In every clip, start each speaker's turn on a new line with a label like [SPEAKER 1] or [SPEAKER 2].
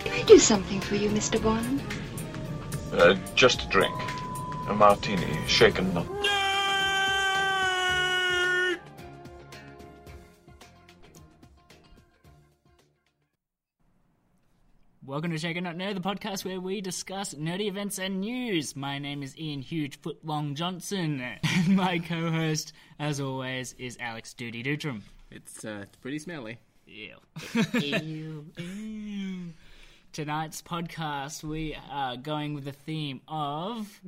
[SPEAKER 1] Can I do something for you, Mr. Bond?
[SPEAKER 2] Uh, just a drink. A martini, shaken, not.
[SPEAKER 3] Welcome to Shaken Not Nerd, the podcast where we discuss nerdy events and news. My name is Ian Huge Footlong Johnson, and my co-host, as always, is Alex Doody Dutram.
[SPEAKER 4] It's uh, it's pretty smelly.
[SPEAKER 3] Ew. ew. Ew. Tonight's podcast, we are going with the theme of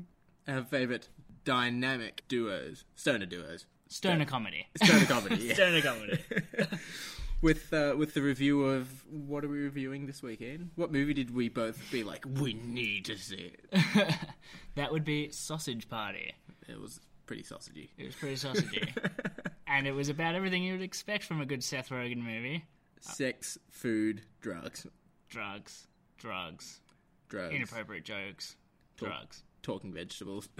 [SPEAKER 4] Our favorite dynamic duos, stoner duos,
[SPEAKER 3] stoner comedy.
[SPEAKER 4] stoner comedy. Yeah.
[SPEAKER 3] Stoner comedy.
[SPEAKER 4] With uh, with the review of what are we reviewing this weekend? What movie did we both be like? We need to see it.
[SPEAKER 3] that would be Sausage Party.
[SPEAKER 4] It was pretty sausagey.
[SPEAKER 3] It was pretty sausagey. and it was about everything you would expect from a good Seth Rogen movie.
[SPEAKER 4] Sex, food, drugs,
[SPEAKER 3] Drugs. Drugs.
[SPEAKER 4] drugs,
[SPEAKER 3] Inappropriate jokes. Drugs.
[SPEAKER 4] talking vegetables.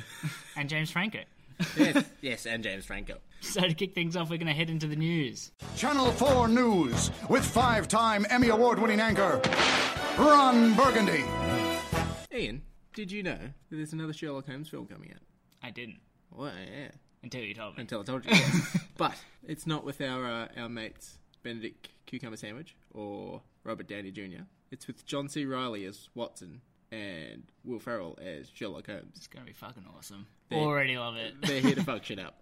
[SPEAKER 3] And James Franco.
[SPEAKER 4] yes, yes, and James Franco.
[SPEAKER 3] So to kick things off, we're going to head into the news.
[SPEAKER 5] Channel 4 News with five time Emmy Award winning anchor, Ron Burgundy.
[SPEAKER 4] Ian, did you know that there's another Sherlock Holmes film coming out?
[SPEAKER 3] I didn't
[SPEAKER 4] Well, yeah.
[SPEAKER 3] until you told me.
[SPEAKER 4] Until I told you. yes. but it's not with our uh, our mates Benedict Cucumber Sandwich or Robert Downey Jr. It's with John C. Riley as Watson and Will Ferrell as Sherlock Holmes.
[SPEAKER 3] It's going to be fucking awesome. Already love it.
[SPEAKER 4] They're here to fuck shit up.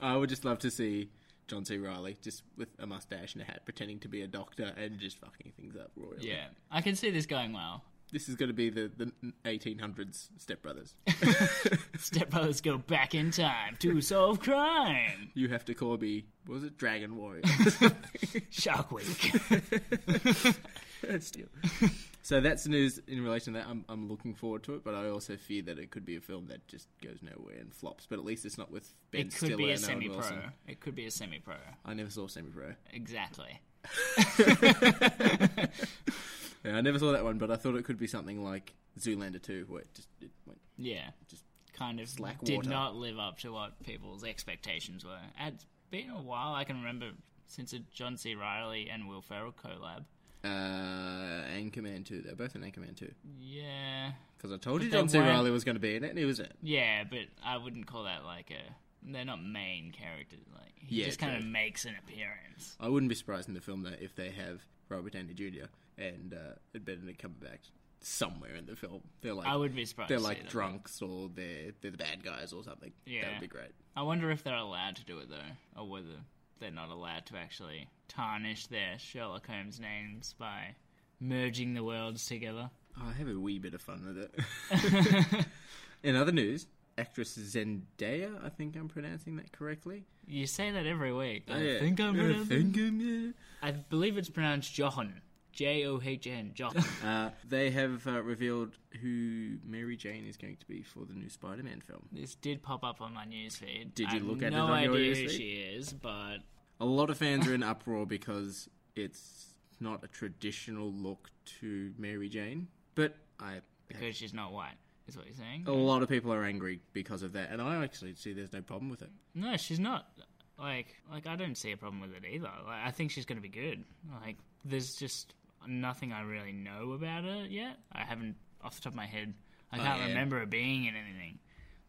[SPEAKER 4] I would just love to see John C. Riley just with a mustache and a hat, pretending to be a doctor and just fucking things up royally.
[SPEAKER 3] Yeah, I can see this going well.
[SPEAKER 4] This is going to be the, the 1800s Step Brothers.
[SPEAKER 3] Step Brothers go back in time to solve crime.
[SPEAKER 4] you have to call me. What was it Dragon Warrior?
[SPEAKER 3] Shark Week.
[SPEAKER 4] So that's the news in relation to that. I'm, I'm looking forward to it, but I also fear that it could be a film that just goes nowhere and flops. But at least it's not with Ben
[SPEAKER 3] It
[SPEAKER 4] Stiller
[SPEAKER 3] could be a
[SPEAKER 4] and Owen
[SPEAKER 3] semi pro.
[SPEAKER 4] Wilson.
[SPEAKER 3] It could be a semi pro.
[SPEAKER 4] I never saw Semi Pro.
[SPEAKER 3] Exactly.
[SPEAKER 4] Yeah, I never saw that one, but I thought it could be something like Zoolander 2, where it just it went
[SPEAKER 3] Yeah.
[SPEAKER 4] just.
[SPEAKER 3] Kind of
[SPEAKER 4] Slack
[SPEAKER 3] did
[SPEAKER 4] water.
[SPEAKER 3] not live up to what people's expectations were. It's been a while, I can remember, since a John C. Riley and Will Ferrell collab.
[SPEAKER 4] Uh, Anchorman 2. They're both in Anchorman 2.
[SPEAKER 3] Yeah.
[SPEAKER 4] Because I told you
[SPEAKER 3] they
[SPEAKER 4] John C.
[SPEAKER 3] weren't-
[SPEAKER 4] Riley was going to be in it, and he was in it.
[SPEAKER 3] Yeah, but I wouldn't call that like a. They're not main characters. Like he
[SPEAKER 4] Yeah,
[SPEAKER 3] just kind of
[SPEAKER 4] true.
[SPEAKER 3] makes an appearance.
[SPEAKER 4] I wouldn't be surprised in the film, though, if they have Robert Downey Jr. and uh, Benedict Cumberbatch somewhere in the film. They're like,
[SPEAKER 3] I would be surprised.
[SPEAKER 4] they're
[SPEAKER 3] to see
[SPEAKER 4] like
[SPEAKER 3] that.
[SPEAKER 4] drunks or they're they're the bad guys or something. that
[SPEAKER 3] Yeah.
[SPEAKER 4] would be great.
[SPEAKER 3] I wonder if they're allowed to do it though, or whether they're not allowed to actually tarnish their Sherlock Holmes names by merging the worlds together.
[SPEAKER 4] I have a wee bit of fun with it. In other news, actress Zendaya, I think I'm pronouncing that correctly.
[SPEAKER 3] You say that every week. I
[SPEAKER 4] Yeah.
[SPEAKER 3] think I'm.
[SPEAKER 4] I
[SPEAKER 3] gonna-
[SPEAKER 4] think I'm, yeah.
[SPEAKER 3] I believe it's pronounced Johan. J O H N. Johan.
[SPEAKER 4] Uh, they have uh, revealed who Mary Jane is going to be for the new Spider-Man film.
[SPEAKER 3] this did pop up on my newsfeed.
[SPEAKER 4] Did you
[SPEAKER 3] I have
[SPEAKER 4] look at it
[SPEAKER 3] no
[SPEAKER 4] on your
[SPEAKER 3] idea who
[SPEAKER 4] newsfeed?
[SPEAKER 3] she is, but
[SPEAKER 4] A lot of fans are in uproar because it's not a traditional look to Mary Jane, but I
[SPEAKER 3] because she's not white, is what you're saying.
[SPEAKER 4] a lot of people are angry because of that, and I actually see there's no problem with it.
[SPEAKER 3] No, she's not. Like, like I don't see a problem with it either. Like, I think she's going to be good. Like, there's just nothing I really know about her yet. I haven't, off the top of my head, I can't
[SPEAKER 4] yeah.
[SPEAKER 3] remember her being in anything.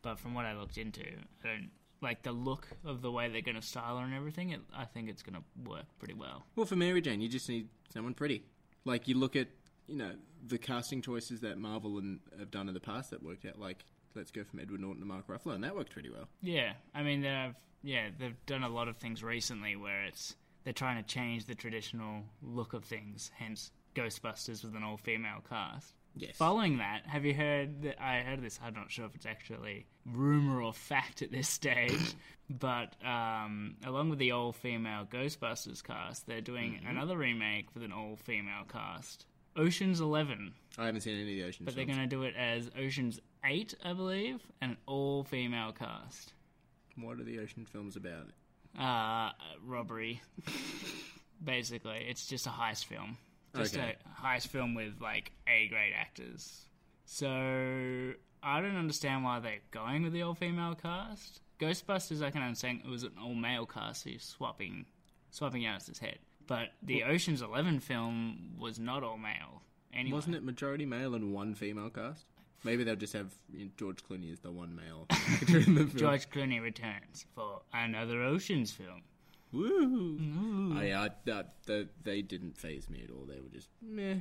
[SPEAKER 3] But from what I looked into, I don't like the look of the way they're going to style her and everything. It, I think it's going to work pretty well.
[SPEAKER 4] Well, for Mary Jane, you just need someone pretty. Like you look at, you know, the casting choices that Marvel and have done in the past that worked out. Like let's go from Edward Norton to Mark Ruffalo, and that worked pretty well.
[SPEAKER 3] Yeah, I mean they've yeah they've done a lot of things recently where it's they're trying to change the traditional look of things. Hence, Ghostbusters with an all-female cast.
[SPEAKER 4] Yes.
[SPEAKER 3] Following that, have you heard that I heard this? I'm not sure if it's actually rumor or fact at this stage, but um, along with the all female Ghostbusters cast, they're doing another remake with an all female cast. Ocean's Eleven,
[SPEAKER 4] I haven't seen any of the Ocean's
[SPEAKER 3] but they're
[SPEAKER 4] films.
[SPEAKER 3] going to do it as Ocean's Eight, I believe, and an all female cast.
[SPEAKER 4] What are the Ocean films about?
[SPEAKER 3] Uh, robbery, basically. It's just a heist film. Just
[SPEAKER 4] Okay.
[SPEAKER 3] a heist film with like A grade actors. So I don't understand why they're going with the all female cast. Ghostbusters, I can understand it was an all male cast, so you're swapping, swapping out his head. But the Ocean's Eleven film was not all male. Anyway.
[SPEAKER 4] Wasn't it majority male and one female cast? Maybe they'll just have you know, George Clooney as the one male actor in the film.
[SPEAKER 3] George Clooney returns for another Ocean's film. Mm-hmm.
[SPEAKER 4] Woo! Oh, yeah, I, that, that, they didn't phase me at all. They were just meh,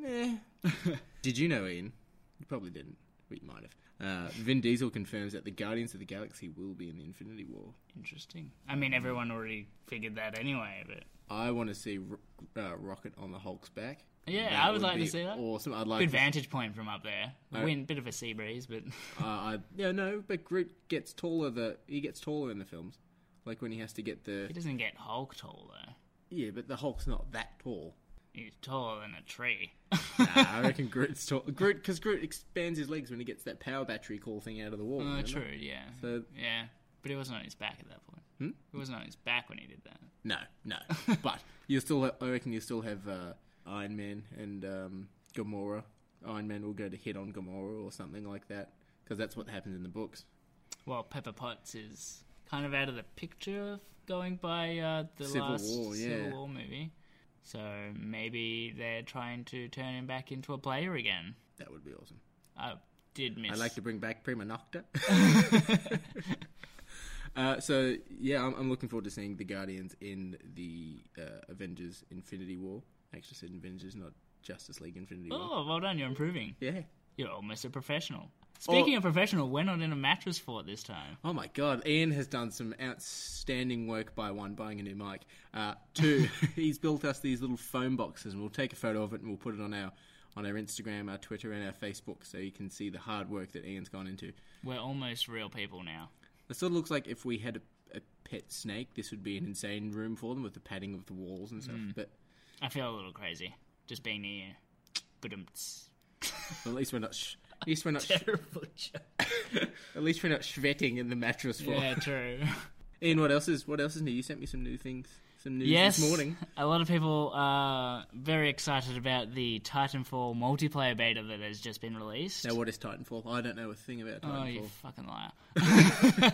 [SPEAKER 4] meh. Did you know, Ian? You probably didn't. We might have. Uh, Vin Diesel confirms that the Guardians of the Galaxy will be in the Infinity War.
[SPEAKER 3] Interesting. I mean, everyone already figured that anyway, but
[SPEAKER 4] I want to see Ro- uh, Rocket on the Hulk's back.
[SPEAKER 3] Yeah,
[SPEAKER 4] That
[SPEAKER 3] I would like to
[SPEAKER 4] be
[SPEAKER 3] see that.
[SPEAKER 4] Awesome. I'd like
[SPEAKER 3] good
[SPEAKER 4] to
[SPEAKER 3] vantage point from up there. Wind, bit of a sea breeze, but
[SPEAKER 4] Uh, I, yeah, no, but Groot gets taller. The he gets taller in the films, like when he has to get the
[SPEAKER 3] he doesn't get Hulk tall though.
[SPEAKER 4] yeah. But the Hulk's not that tall.
[SPEAKER 3] He's taller than a tree.
[SPEAKER 4] Nah, I reckon Groot's tall. Groot because Groot expands his legs when he gets that power battery call thing out of the wall.
[SPEAKER 3] Uh,
[SPEAKER 4] remember?
[SPEAKER 3] true, yeah.
[SPEAKER 4] So-
[SPEAKER 3] yeah, but he wasn't on his back at that point. Hmm? He wasn't on his back when he did that.
[SPEAKER 4] No, no. but you still, ha- I reckon you still have uh, Iron Man and um, Gamora. Iron Man will go to hit on Gamora or something like that because that's what happens in the books.
[SPEAKER 3] Well, Pepper Potts is kind of out of the picture of going by uh, the
[SPEAKER 4] Civil
[SPEAKER 3] last
[SPEAKER 4] War, yeah.
[SPEAKER 3] Civil War movie. So maybe they're trying to turn him back into a player again.
[SPEAKER 4] That would be awesome.
[SPEAKER 3] I did miss.
[SPEAKER 4] I'd like to bring back Prima Nocta. uh, so yeah, I'm, I'm looking forward to seeing the Guardians in the uh, Avengers Infinity War. I actually said Avengers, not Justice League Infinity War.
[SPEAKER 3] Oh, well done! You're improving.
[SPEAKER 4] Yeah.
[SPEAKER 3] You're almost a professional. Speaking of professional, we're not in a mattress fort this time.
[SPEAKER 4] Oh my God, Ian has done some outstanding work by one, buying a new mic. Uh, two, he's built us these little phone boxes, and we'll take a photo of it and we'll put it on our on our Instagram, our Twitter, and our Facebook, so you can see the hard work that Ian's gone into.
[SPEAKER 3] We're almost real people now.
[SPEAKER 4] It sort of looks like if we had a, a pet snake, this would be an insane room for them with the padding of the walls and
[SPEAKER 3] Hmm.
[SPEAKER 4] stuff. But
[SPEAKER 3] I feel a little crazy just being near you. Badumts.
[SPEAKER 4] at least we're not. Sh- at least we're not. Sh-
[SPEAKER 3] Terrible joke.
[SPEAKER 4] at least we're not sweating in the mattress floor.
[SPEAKER 3] Yeah, true.
[SPEAKER 4] Ian, what else is what else is new? You sent me some new things. Some news
[SPEAKER 3] yes,
[SPEAKER 4] this morning.
[SPEAKER 3] a lot of people are very excited about the Titanfall multiplayer beta that has just been released.
[SPEAKER 4] Now, what is Titanfall? I don't know a thing about
[SPEAKER 3] Oh,
[SPEAKER 4] Titanfall.
[SPEAKER 3] you fucking liar.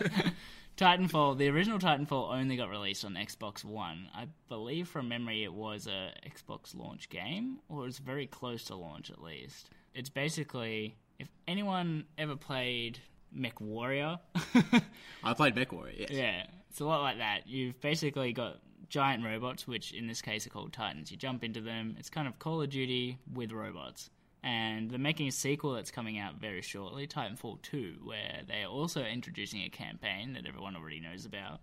[SPEAKER 3] Titanfall, the original Titanfall only got released on Xbox One. I believe from memory it was a Xbox launch game, or it's very close to launch at least. It's basically if anyone ever played MechWarrior,
[SPEAKER 4] I played MechWarrior. Yes.
[SPEAKER 3] yeah, it's a lot like that. You've basically got giant robots, which in this case are called Titans. You jump into them. It's kind of Call of Duty with robots. And they're making a sequel that's coming out very shortly, Titanfall 2, where they are also introducing a campaign that everyone already knows about.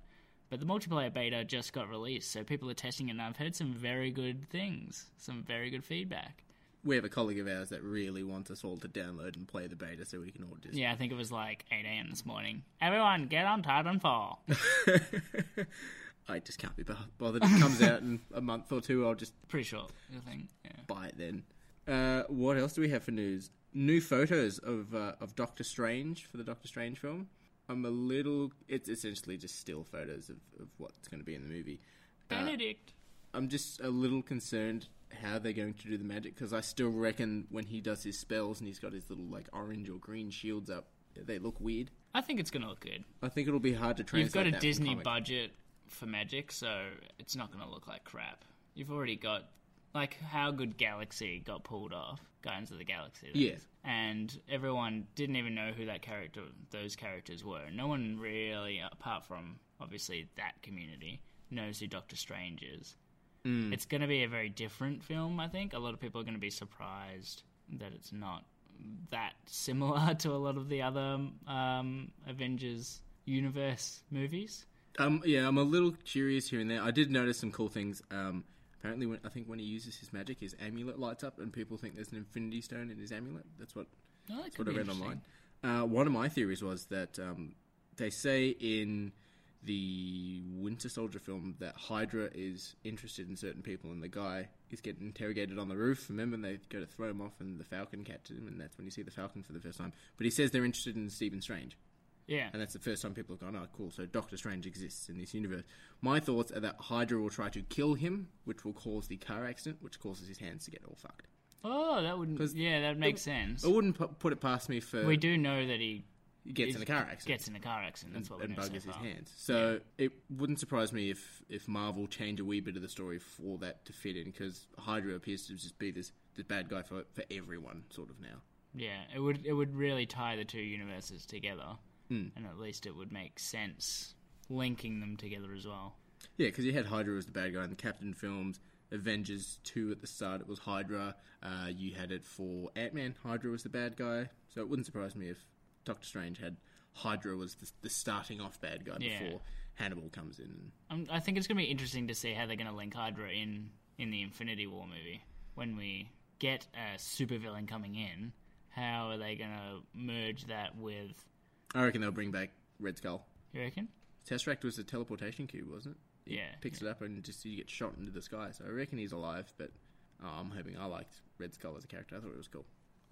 [SPEAKER 3] But the multiplayer beta just got released, so people are testing it, and I've heard some very good things, some very good feedback.
[SPEAKER 4] We have a colleague of ours that really wants us all to download and play the beta so we can all just.
[SPEAKER 3] Yeah, I think it was like 8 a.m. this morning. Everyone, get on Titanfall.
[SPEAKER 4] I just can't be bo- bothered. It comes out in a month or two. I'll just
[SPEAKER 3] Pretty sure, I think. Yeah.
[SPEAKER 4] buy it then. Uh, what else do we have for news? New photos of uh, of Doctor Strange for the Doctor Strange film. I'm a little. It's essentially just still photos of, of what's going to be in the movie.
[SPEAKER 3] Benedict.
[SPEAKER 4] I'm just a little concerned how they're going to do the magic because I still reckon when he does his spells and he's got his little like orange or green shields up, they look weird.
[SPEAKER 3] I think it's going to look good.
[SPEAKER 4] I think it'll be hard to translate.
[SPEAKER 3] You've got a
[SPEAKER 4] that from
[SPEAKER 3] Disney
[SPEAKER 4] comic.
[SPEAKER 3] budget for Magic, so it's not going to look like crap. You've already got like how good Galaxy got pulled off, Guardians of the Galaxy. that
[SPEAKER 4] Yeah.
[SPEAKER 3] is. and everyone didn't even know who that character, those characters were. No one really, apart from obviously that community, knows who Doctor Strange is. It's going to be a very different film, I think. A lot of people are going to be surprised that it's not that similar to a lot of the other um, Avengers universe movies.
[SPEAKER 4] Um, yeah, I'm a little curious here and there. I did notice some cool things. Um, apparently, when, I think when he uses his magic, his amulet lights up, and people think there's an infinity stone in his amulet. That's what
[SPEAKER 3] Oh, that
[SPEAKER 4] that's
[SPEAKER 3] could
[SPEAKER 4] what I
[SPEAKER 3] be
[SPEAKER 4] read
[SPEAKER 3] interesting.
[SPEAKER 4] online. Uh, one of my theories was that um, they say in the Winter Soldier film that Hydra is interested in certain people, and the guy is getting interrogated on the roof. Remember, and they go to throw him off, and the Falcon catches him, and that's when you see the Falcon for the first time. But he says they're interested in Stephen Strange.
[SPEAKER 3] Yeah.
[SPEAKER 4] And that's the first time people have gone, oh, cool, so Doctor Strange exists in this universe. My thoughts are that Hydra will try to kill him, which will cause the car accident, which causes his hands to get all fucked.
[SPEAKER 3] Oh, that would
[SPEAKER 4] 'Cause
[SPEAKER 3] yeah, that would make sense.
[SPEAKER 4] I wouldn't pu- put it past me for.
[SPEAKER 3] We do know that he
[SPEAKER 4] gets
[SPEAKER 3] is-
[SPEAKER 4] in a car accident.
[SPEAKER 3] Gets in a car accident. That's what we
[SPEAKER 4] and
[SPEAKER 3] know
[SPEAKER 4] Bug
[SPEAKER 3] so
[SPEAKER 4] is his
[SPEAKER 3] far.
[SPEAKER 4] hands. So it wouldn't surprise me if if Marvel change a wee bit of the story for that to fit in because Hydra appears to just be this the bad guy for for everyone sort of now.
[SPEAKER 3] Yeah, it would it would really tie the two universes together,
[SPEAKER 4] Hmm.
[SPEAKER 3] and at least it would make sense linking them together as well.
[SPEAKER 4] Yeah, because you had Hydra as the bad guy in the Captain films, Avengers two at the start. It was Hydra. Uh, you had it for Ant Man. Hydra was the bad guy. So it wouldn't surprise me if Doctor Strange had Hydra was the, the starting off bad guy
[SPEAKER 3] Yeah.
[SPEAKER 4] before Hannibal comes in.
[SPEAKER 3] Um, I think it's going to be interesting to see how they're going to link Hydra in in the Infinity War movie when we get a supervillain coming in. How are they going to merge that with?
[SPEAKER 4] I reckon they'll bring back Red Skull.
[SPEAKER 3] You reckon?
[SPEAKER 4] Tesseract was a teleportation cube, wasn't it?
[SPEAKER 3] Yeah,
[SPEAKER 4] picks it up and just you get shot into the sky. So I reckon he's alive, but oh, I'm hoping I liked Red Skull as a character. I thought it was cool.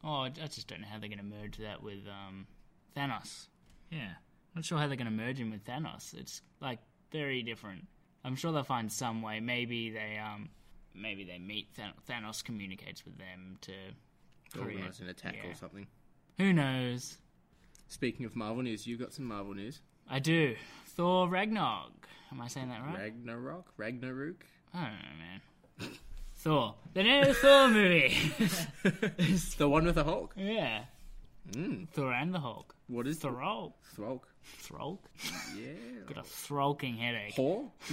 [SPEAKER 3] Oh, I I just don't know how they're going to merge that with um, Thanos. Yeah, not sure how they're going to merge him with Thanos. It's like very different. I'm sure they'll find some way. Maybe they um, maybe they meet Than- Thanos communicates with them to create-
[SPEAKER 4] Organize an attack
[SPEAKER 3] yeah.
[SPEAKER 4] or something.
[SPEAKER 3] Who knows?
[SPEAKER 4] Speaking of Marvel news, you got some Marvel news.
[SPEAKER 3] I do. Thor Ragnarok. Am I saying that right?
[SPEAKER 4] Ragnarok, Ragnarok.
[SPEAKER 3] I don't know, man. Thor. The new Thor movie.
[SPEAKER 4] the one with the Hulk.
[SPEAKER 3] yeah. Thor and the Hulk.
[SPEAKER 4] What is the
[SPEAKER 3] Thorolk.
[SPEAKER 4] Hulk?
[SPEAKER 3] Throlk?
[SPEAKER 4] Yeah.
[SPEAKER 3] Got a throlking headache.
[SPEAKER 4] Paul.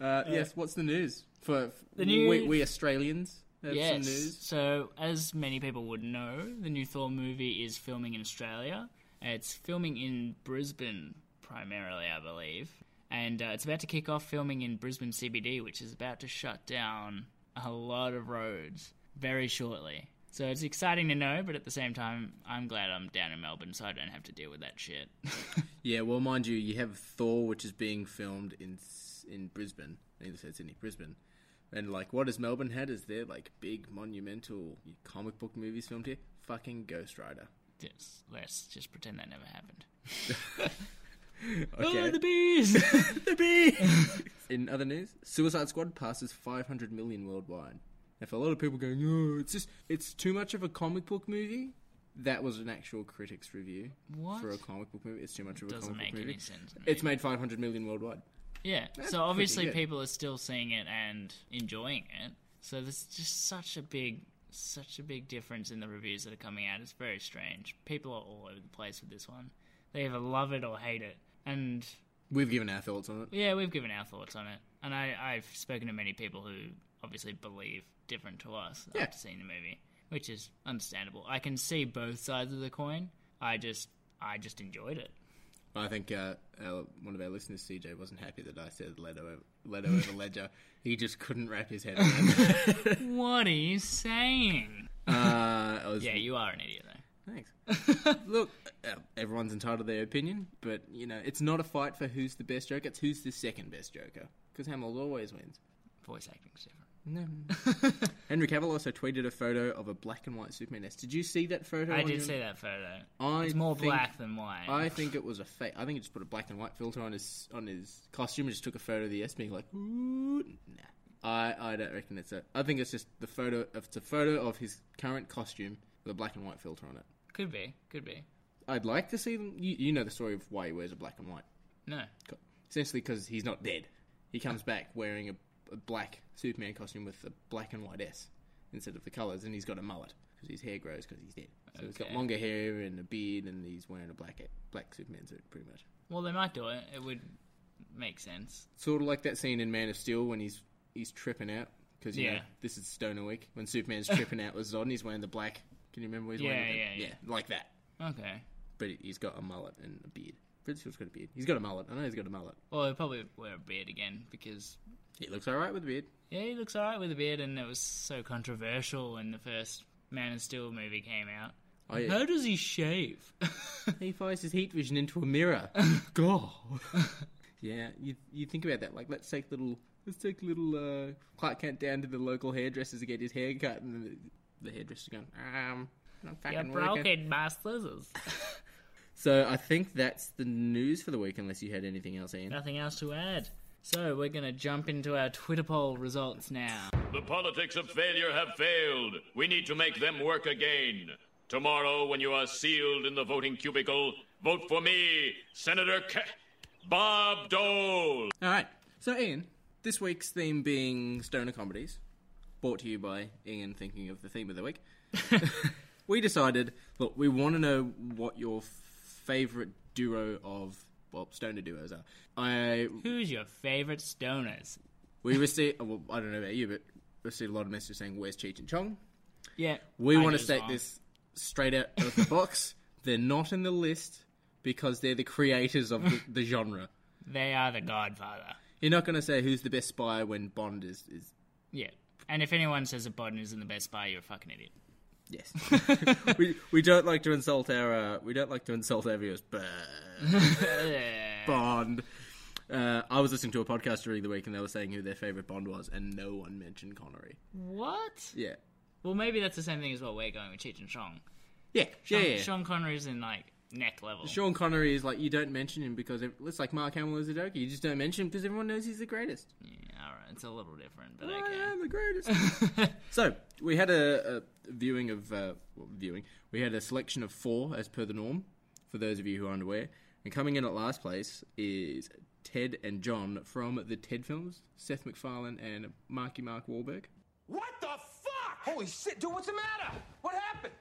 [SPEAKER 4] uh, yes. What's the news for the we,
[SPEAKER 3] news-
[SPEAKER 4] we Australians? Have
[SPEAKER 3] yes.
[SPEAKER 4] some news.
[SPEAKER 3] So, as many people would know, the new Thor movie is filming in Australia. It's filming in Brisbane primarily, I believe, and uh, it's about to kick off filming in Brisbane CBD, which is about to shut down a lot of roads very shortly. So it's exciting to know, but at the same time, I'm glad I'm down in Melbourne, so I don't have to deal with that shit.
[SPEAKER 4] Yeah, well, mind you, you have Thor, which is being filmed in S- in Brisbane. I think they said Sydney, Brisbane, and like, what has Melbourne had? Is there like big monumental comic book movies filmed here? Fucking Ghost Rider.
[SPEAKER 3] just, let's just pretend that never happened.
[SPEAKER 4] Okay.
[SPEAKER 3] Oh, the bees!
[SPEAKER 4] The bee. in other news, Suicide Squad passes 500 million worldwide. If a lot of people going, oh, it's just it's too much of a comic book movie. That was an actual critics review
[SPEAKER 3] What?
[SPEAKER 4] for a comic book movie. It's too much of a
[SPEAKER 3] Doesn't
[SPEAKER 4] comic
[SPEAKER 3] make
[SPEAKER 4] book movie.
[SPEAKER 3] any sense. to me.
[SPEAKER 4] It's made 500 million worldwide.
[SPEAKER 3] Yeah.
[SPEAKER 4] That's
[SPEAKER 3] so obviously
[SPEAKER 4] pretty good.
[SPEAKER 3] people are still seeing it and enjoying it. So there's just such a big such a big difference in the reviews that are coming out. It's very strange. People are all over the place with this one. They either love it or hate it. And
[SPEAKER 4] We've given our thoughts on it.
[SPEAKER 3] yeah, we've given our thoughts on it. And I, I've spoken to many people who obviously believe different to us
[SPEAKER 4] Yeah.
[SPEAKER 3] after seeing the movie. Which is understandable. I can see both sides of the coin. I just I just enjoyed it.
[SPEAKER 4] I think uh, our, one of our listeners, CJ, wasn't happy that I said Leto, Leto over Ledger. He just couldn't wrap his head around it.
[SPEAKER 3] What are you saying?
[SPEAKER 4] Uh, I was,
[SPEAKER 3] Yeah, you are an idiot though.
[SPEAKER 4] Thanks. Look, uh, everyone's entitled to their opinion, but, you know, it's not a fight for who's the best Joker, it's who's the second best Joker, because Hamill always wins.
[SPEAKER 3] Voice acting's different.
[SPEAKER 4] No. Henry Cavill also tweeted a photo of a black and white Superman S. Did you see that photo?
[SPEAKER 3] I
[SPEAKER 4] on
[SPEAKER 3] did
[SPEAKER 4] your-
[SPEAKER 3] see that photo.
[SPEAKER 4] I
[SPEAKER 3] it's more
[SPEAKER 4] think-
[SPEAKER 3] black than white.
[SPEAKER 4] I think it was a fake. I think he just put a black and white filter on his on his costume and just took a photo of the S being like, ooh, nah. I, I don't reckon it's a. I think it's just the photo. It's a photo of his current costume with a black and white filter on it.
[SPEAKER 3] could be, could be.
[SPEAKER 4] I'd like to see them. You, you know the story of why he wears a black and white.
[SPEAKER 3] No,
[SPEAKER 4] Co- Essentially, because he's not dead. He comes back wearing a, a black Superman costume with a black and white S instead of the colours, and he's got a mullet because his hair grows because he's dead. So he's got
[SPEAKER 3] Okay.
[SPEAKER 4] longer hair and a beard, and he's wearing a black black Superman suit, pretty much.
[SPEAKER 3] well they might do it. It would make sense.
[SPEAKER 4] sort of like that scene in Man of Steel when he's he's tripping out because you know
[SPEAKER 3] Yeah.
[SPEAKER 4] this is Stoner Week when Superman's tripping out with Zod and he's wearing the black. Can you remember? What he's
[SPEAKER 3] Yeah,
[SPEAKER 4] wearing
[SPEAKER 3] yeah, yeah.
[SPEAKER 4] like that.
[SPEAKER 3] Okay. Well,
[SPEAKER 4] But he's got a mullet and a beard. Prince Steel's got a beard. He's got a mullet. I know he's got a mullet.
[SPEAKER 3] Well, he'll probably wear a beard again because
[SPEAKER 4] He looks all right with a beard.
[SPEAKER 3] yeah, he looks alright with a beard, and it was so controversial when the first Man of Steel movie came out.
[SPEAKER 4] Oh, yeah.
[SPEAKER 3] How does he shave?
[SPEAKER 4] He fires his heat vision into a mirror. God. yeah, you you think about that. Like, let's take little let's take little uh, Clark Kent down to the local hairdresser to get his hair cut, and the, the hairdresser's going, um, I'm fucking
[SPEAKER 3] You're
[SPEAKER 4] working."
[SPEAKER 3] broken, my scissors.
[SPEAKER 4] So I think that's the news for the week, unless you had anything else, Ian.
[SPEAKER 3] Nothing else to add. So we're gonna jump into our Twitter poll results now.
[SPEAKER 6] The politics of failure have failed. We need to make them work again. Tomorrow, when you are sealed in the voting cubicle, vote for me, Senator K- Bob Dole.
[SPEAKER 4] All right. So, Ian, this week's theme being stoner comedies, brought to you by Ian thinking of the theme of the week. we decided, look, we want to know what your favorite duo of well, stoner duos are. I
[SPEAKER 3] Who's your favorite stoners?
[SPEAKER 4] we received, well, I don't know about you, but received a lot of messages saying, "Where's Cheech and Chong?"
[SPEAKER 3] Yeah,
[SPEAKER 4] We
[SPEAKER 3] I
[SPEAKER 4] want
[SPEAKER 3] do
[SPEAKER 4] to
[SPEAKER 3] as
[SPEAKER 4] state
[SPEAKER 3] well.
[SPEAKER 4] this straight out of the box. They're not in the list because they're the creators of the, the genre.
[SPEAKER 3] They are the Godfather.
[SPEAKER 4] You're not going to say who's the best spy when Bond is, is
[SPEAKER 3] Yeah, and if anyone says a Bond isn't the best buy, you're a fucking idiot.
[SPEAKER 4] Yes. we we don't like to insult our uh, we don't like to insult our viewers. Bah. Bond. Uh, I was listening to a podcast during the week and they were saying who their favorite Bond was, and no one mentioned Connery.
[SPEAKER 3] What?
[SPEAKER 4] Yeah.
[SPEAKER 3] Well, maybe that's the same thing as what we're going with Cheech and Chong.
[SPEAKER 4] Yeah.
[SPEAKER 3] Sean,
[SPEAKER 4] yeah, yeah. Sean,
[SPEAKER 3] Sean Connery's in like neck level.
[SPEAKER 4] Connery is like you don't mention him because it, it's like Mark Hamill is a joker. You just don't mention him because everyone knows he's the greatest.
[SPEAKER 3] Yeah, all right, it's a little different, but
[SPEAKER 4] I
[SPEAKER 3] okay.
[SPEAKER 4] am the greatest. so we had a, a viewing of uh, well, viewing. We had a selection of four as per the norm for those of you who are unaware. And coming in at last place is Ted and John from the Ted films, Seth MacFarlane and Marky Mark Wahlberg.
[SPEAKER 7] What the fuck? Holy shit, dude, what's the matter? What happened?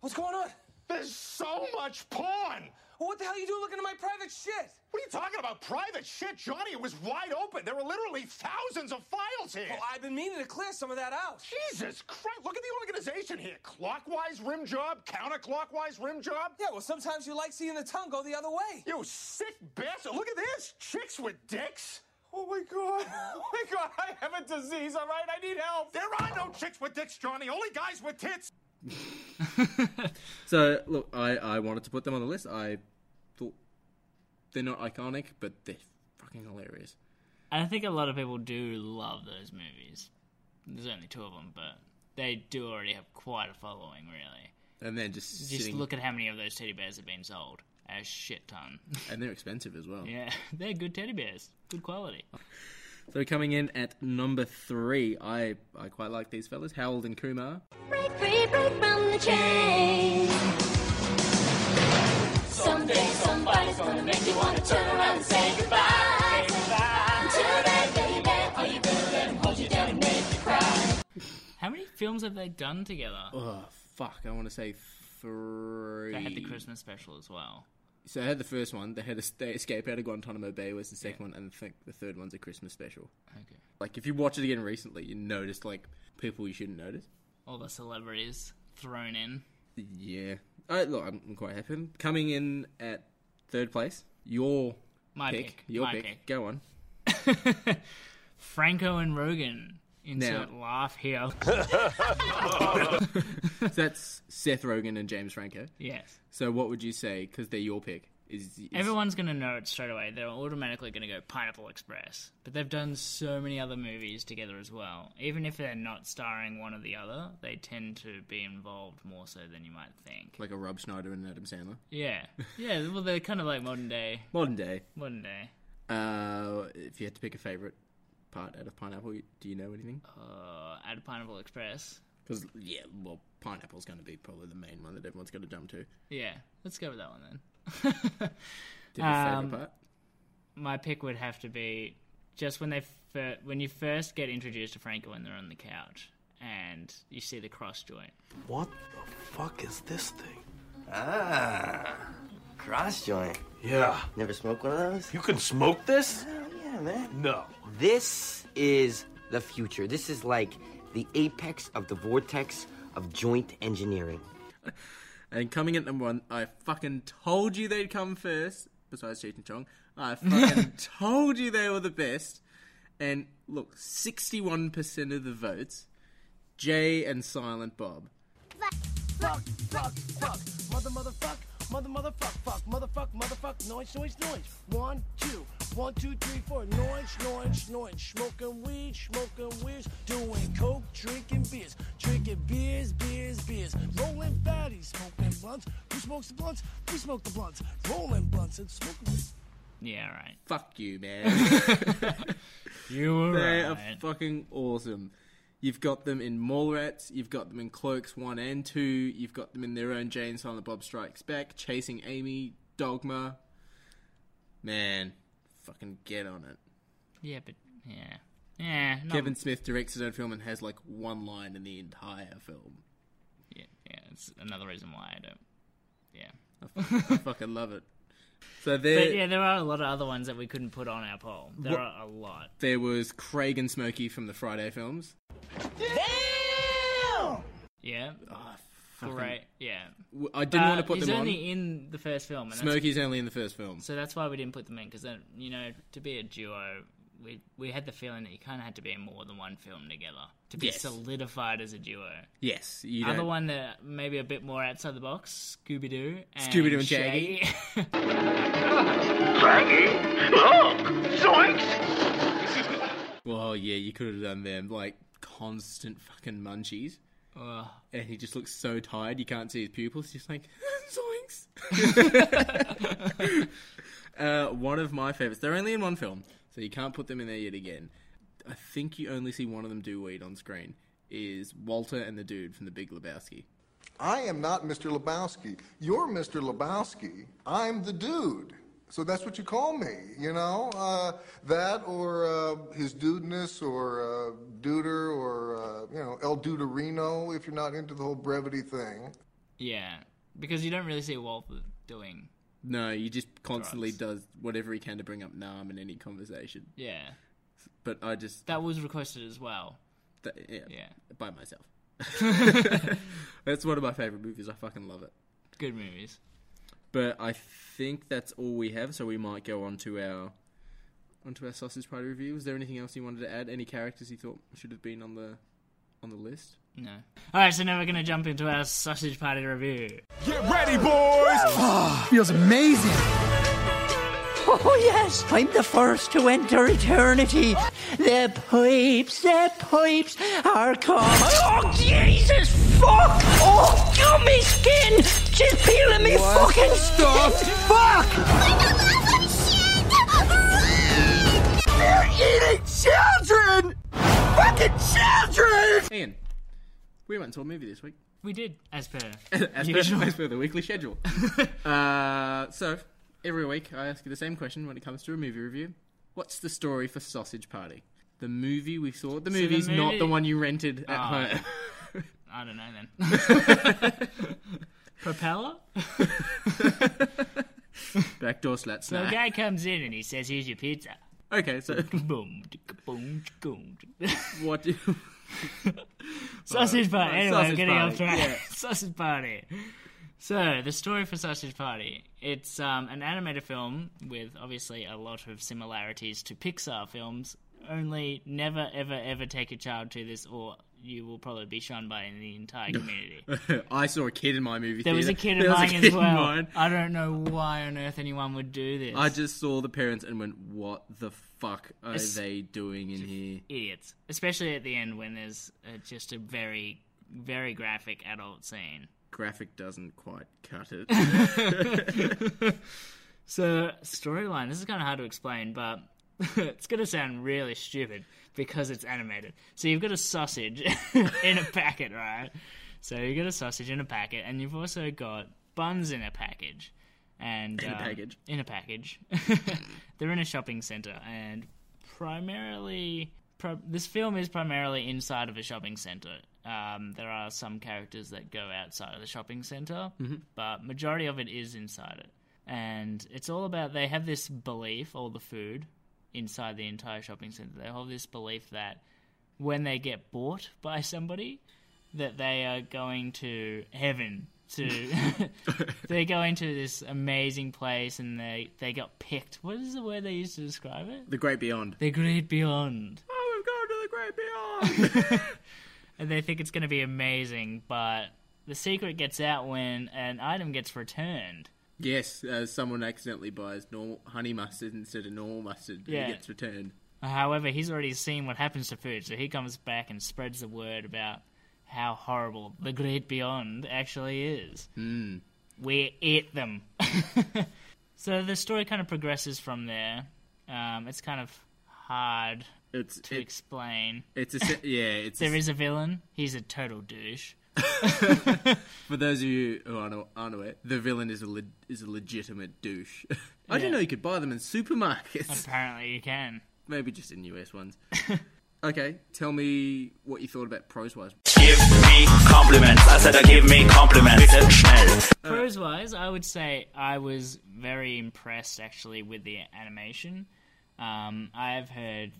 [SPEAKER 7] What's going on?
[SPEAKER 8] There's so much porn.
[SPEAKER 7] Well, what the hell are you doing looking at my private shit?
[SPEAKER 8] What are you talking about? Private shit, Johnny. It was wide open. There were literally thousands of files here.
[SPEAKER 7] Well, I've been meaning to clear some of that out.
[SPEAKER 8] Jesus Christ! Look at the organization here. Clockwise rim job, counterclockwise rim job.
[SPEAKER 7] Yeah, well, sometimes you like seeing the tongue go the other way.
[SPEAKER 8] You sick bastard! Look at this. Chicks with dicks.
[SPEAKER 7] Oh my god. Oh my god, I have a disease, all right? I need help.
[SPEAKER 8] There are no chicks with dicks, Johnny. Only guys with tits.
[SPEAKER 4] So look, I, I wanted to put them on the list. I thought they're not iconic, but they're fucking hilarious.
[SPEAKER 3] And I think a lot of people do love those movies. There's only two of them, but they do already have quite a following, really.
[SPEAKER 4] And then just,
[SPEAKER 3] Just
[SPEAKER 4] sitting,
[SPEAKER 3] look at how many of those teddy bears have been sold. A shit ton.
[SPEAKER 4] and they're expensive as well.
[SPEAKER 3] yeah, they're good teddy bears. Good quality.
[SPEAKER 4] So coming in at number three, I I quite like these fellas, Harold and Kumar.
[SPEAKER 9] Break free, break from the chain. Someday somebody's gonna make you wanna turn around and say goodbye. Until then, baby, are you gonna let him hold you down and make you cry?
[SPEAKER 3] How many films have they done together?
[SPEAKER 4] Oh fuck, I want to say three.
[SPEAKER 3] They had the Christmas special as well.
[SPEAKER 4] So I had the first one. They had a, they escape out of Guantanamo Bay was the second one, and I think the third one's a Christmas special.
[SPEAKER 3] Okay.
[SPEAKER 4] Like if you watch it again recently, you notice like people you shouldn't notice.
[SPEAKER 3] All the celebrities thrown in.
[SPEAKER 4] Yeah, I, look, I'm, I'm quite happy. Coming in at third place, your
[SPEAKER 3] My
[SPEAKER 4] pick,
[SPEAKER 3] pick.
[SPEAKER 4] your
[SPEAKER 3] My
[SPEAKER 4] pick.
[SPEAKER 3] pick.
[SPEAKER 4] Go on.
[SPEAKER 3] Franco and Rogan. Insert
[SPEAKER 4] Now-
[SPEAKER 3] laugh here.
[SPEAKER 4] So that's Seth Rogen and James Franco.
[SPEAKER 3] yes.
[SPEAKER 4] So what would you say? Because they're your pick. Is, is
[SPEAKER 3] Everyone's going to know it straight away. They're automatically going to go Pineapple Express. But they've done so many other movies together as well. Even if they're not starring one or the other, they tend to be involved more so than you might think.
[SPEAKER 4] like a Rob Schneider and Adam Sandler.
[SPEAKER 3] Yeah. Yeah, well, they're kind of like modern day.
[SPEAKER 4] Modern day.
[SPEAKER 3] Modern day.
[SPEAKER 4] Uh, if you had to pick a favorite part out of pineapple, do you know anything?
[SPEAKER 3] Uh, at Pineapple Express.
[SPEAKER 4] Because yeah, well, pineapple's going to be probably the main one that everyone's going to jump to.
[SPEAKER 3] Yeah, let's go with that one then.
[SPEAKER 4] Do you have a
[SPEAKER 3] Um,
[SPEAKER 4] favorite part?
[SPEAKER 3] my pick would have to be just when they fir- when you first get introduced to Franco when they're on the couch and you see the cross joint.
[SPEAKER 10] What the fuck is this thing? Ah, cross joint.
[SPEAKER 8] Yeah.
[SPEAKER 10] Never smoked one of those?
[SPEAKER 8] You can smoke this?
[SPEAKER 10] Hell yeah, man.
[SPEAKER 8] No.
[SPEAKER 11] This is the future. This is like the apex of the vortex of joint engineering.
[SPEAKER 4] And coming at number one, I fucking told you they'd come first. Besides Cheech and Chong, I fucking told you they were the best. And look, sixty-one percent of the votes, Jay and Silent Bob.
[SPEAKER 7] Fuck, fuck, fuck. Mother, motherfuck. Mother, motherfuck, fuck. Motherfuck, motherfuck. Noise, noise, noise. One, two. One, two, three, four. Noise, noise, noise. Smoking weed, smoking weeds. Doing coke, drinking beers. Drinking beers, beers, beers. Rolling fatties, smoking blunts. Who smokes the blunts? We smoke the blunts. Rolling blunts and smoking weed.
[SPEAKER 3] Yeah, right.
[SPEAKER 4] Fuck you, man.
[SPEAKER 3] You were
[SPEAKER 4] They are
[SPEAKER 3] right.
[SPEAKER 4] fucking awesome. You've got them in Mallrats, you've got them in Cloaks 1 and 2, you've got them in their own Jane Silent Bob Strikes Back, Chasing Amy, Dogma. Man, fucking get on it.
[SPEAKER 3] Yeah, but yeah, yeah. Not,
[SPEAKER 4] Kevin Smith directs his own film and has like one line in the entire film.
[SPEAKER 3] Yeah, yeah. It's another reason why I don't. Yeah.
[SPEAKER 4] I fucking, I fucking love it. So there,
[SPEAKER 3] But yeah, there are a lot of other ones that we couldn't put on our poll. There
[SPEAKER 4] What-
[SPEAKER 3] are a lot.
[SPEAKER 4] there was Craig and Smokey from the Friday films.
[SPEAKER 3] Yeah.
[SPEAKER 4] Ah, fucking-
[SPEAKER 3] Great. Yeah.
[SPEAKER 4] W- I didn't want to
[SPEAKER 3] Uh,
[SPEAKER 4] put
[SPEAKER 3] he's
[SPEAKER 4] them on.
[SPEAKER 3] only in the first film. And that's-
[SPEAKER 4] Smokey's only in the first film.
[SPEAKER 3] So that's why we didn't put them in because then you know to be a duo, we we had the feeling that you kind of had to be in more than one film together to be
[SPEAKER 4] Yes.
[SPEAKER 3] solidified as a duo.
[SPEAKER 4] Yes, you
[SPEAKER 3] Other
[SPEAKER 4] don't-
[SPEAKER 3] one that maybe a bit more outside the box, Scooby Doo.
[SPEAKER 4] Scooby-Doo and Shaggy.
[SPEAKER 9] Shaggy, look! Zoinks!
[SPEAKER 4] Well, yeah, you could have done them like constant fucking munchies.
[SPEAKER 3] Ugh.
[SPEAKER 4] And he just looks so tired, you can't see his pupils. Just like zoinks. uh, one of my favorites. They're only in one film, so you can't put them in there yet again. I think you only see one of them do weed on screen. Is Walter and the dude from The Big Lebowski?
[SPEAKER 12] I am not Mr. Lebowski. You're Mr. Lebowski. I'm the dude. So that's what you call me, you know? Uh, that or uh, his dudeness or uh, duder or, uh, you know, El Duderino if you're not into the whole brevity thing.
[SPEAKER 3] yeah, because you don't really see Walter doing.
[SPEAKER 4] No, he just constantly does whatever he can to bring up Nam in any conversation.
[SPEAKER 3] Yeah,
[SPEAKER 4] But I just
[SPEAKER 3] that was requested as well.
[SPEAKER 4] That, yeah,
[SPEAKER 3] Yeah.
[SPEAKER 4] by myself. that's one of my favorite movies. I fucking love it.
[SPEAKER 3] Good movies.
[SPEAKER 4] But I think that's all we have. So we might go on to our onto our sausage party review. Is there anything else you wanted to add? Any characters you thought should have been on the on the list?
[SPEAKER 3] No. All right, so now we're gonna jump into our sausage party review.
[SPEAKER 5] Get ready, boys! feels amazing.
[SPEAKER 13] Oh, yes, I'm the first to enter eternity. The pipes, the pipes are coming. Oh, Jesus, fuck! Oh, gummy skin! She's peeling me fucking stuff! Fuck! They're eating children! Fucking children!
[SPEAKER 4] Ian, we went to a movie this week.
[SPEAKER 3] We did, as per
[SPEAKER 4] as, per, as per the weekly schedule. uh, so, every week I ask you the same question when it comes to a movie review. What's the story for Sausage Party? The movie we saw.
[SPEAKER 3] So the
[SPEAKER 4] The movie's not the
[SPEAKER 3] movie-
[SPEAKER 4] one you rented at
[SPEAKER 3] Oh.
[SPEAKER 4] home.
[SPEAKER 3] I don't know then. Propeller?
[SPEAKER 4] Backdoor slat
[SPEAKER 3] So a
[SPEAKER 4] snack.
[SPEAKER 3] guy comes in and he says, "Here's your pizza."
[SPEAKER 4] Okay, so
[SPEAKER 3] boom, boom, boom.
[SPEAKER 4] what? Do...
[SPEAKER 3] Sausage
[SPEAKER 4] Alright,
[SPEAKER 3] party. Anyway, I'm
[SPEAKER 4] sausage
[SPEAKER 3] getting
[SPEAKER 4] party,
[SPEAKER 3] off track.
[SPEAKER 4] yeah.
[SPEAKER 3] sausage party. So the story for Sausage Party. It's um, an animated film with obviously a lot of similarities to Pixar films. Only never, ever, ever take a child to this, or you will probably be shunned by the entire community.
[SPEAKER 4] I saw a kid in my movie.
[SPEAKER 3] There was a
[SPEAKER 4] theater.
[SPEAKER 3] kid in
[SPEAKER 4] There was a
[SPEAKER 3] mine
[SPEAKER 4] kid
[SPEAKER 3] as
[SPEAKER 4] in
[SPEAKER 3] well.
[SPEAKER 4] mine.
[SPEAKER 3] I don't know why on earth anyone would do this.
[SPEAKER 4] I just saw the parents and went, "What the fuck are
[SPEAKER 3] It's-
[SPEAKER 4] they doing in here?"
[SPEAKER 3] idiots, especially at the end when there's uh, just a very, very graphic adult scene.
[SPEAKER 4] Graphic doesn't quite cut it.
[SPEAKER 3] So storyline. This is kind of hard to explain, but it's going to sound really stupid because it's animated. So you've got a sausage in a packet, right? So you've got a sausage in a packet, and you've also got buns in a package. And
[SPEAKER 4] In a
[SPEAKER 3] um,
[SPEAKER 4] package.
[SPEAKER 3] In a package. They're in a shopping center, and primarily, pri- this film is primarily inside of a shopping center. Um, there are some characters that go outside of the shopping center,
[SPEAKER 9] Mhm.
[SPEAKER 3] but majority of it is inside it. And it's all about they have this belief, all the food inside the entire shopping center. They have this belief that when they get bought by somebody, that they are going to heaven. To they go into this amazing place and they they got picked. What is the word they use to describe it?
[SPEAKER 4] the Great Beyond.
[SPEAKER 3] The Great Beyond.
[SPEAKER 4] Oh, we've gone to the Great Beyond.
[SPEAKER 3] and they think it's going to be amazing, but the secret gets out when an item gets returned.
[SPEAKER 4] Yes, uh, someone accidentally buys normal honey mustard instead of normal mustard.
[SPEAKER 3] Yeah.
[SPEAKER 4] and it gets returned.
[SPEAKER 3] However, he's already seen what happens to food, so he comes back and spreads the word about how horrible the Great Beyond actually is.
[SPEAKER 4] Mm.
[SPEAKER 3] We ate them. so the story kind of progresses from there. Um, it's kind of hard
[SPEAKER 4] It's
[SPEAKER 3] to explain.
[SPEAKER 4] It's a se- yeah, it's a
[SPEAKER 3] there
[SPEAKER 4] se-
[SPEAKER 3] is a villain. He's a total douche.
[SPEAKER 4] For those of you who aren't, aren't aware, the villain is a le- is a legitimate douche. I didn't
[SPEAKER 3] Yeah.
[SPEAKER 4] know you could buy them in supermarkets.
[SPEAKER 3] Apparently, you can.
[SPEAKER 4] Maybe just in US ones. okay, tell me what you thought about prose wise.
[SPEAKER 14] Give me compliments. I said, uh, give me compliments. Bitte schnell.
[SPEAKER 3] Pros wise, I would say I was very impressed actually with the animation. Um, I've heard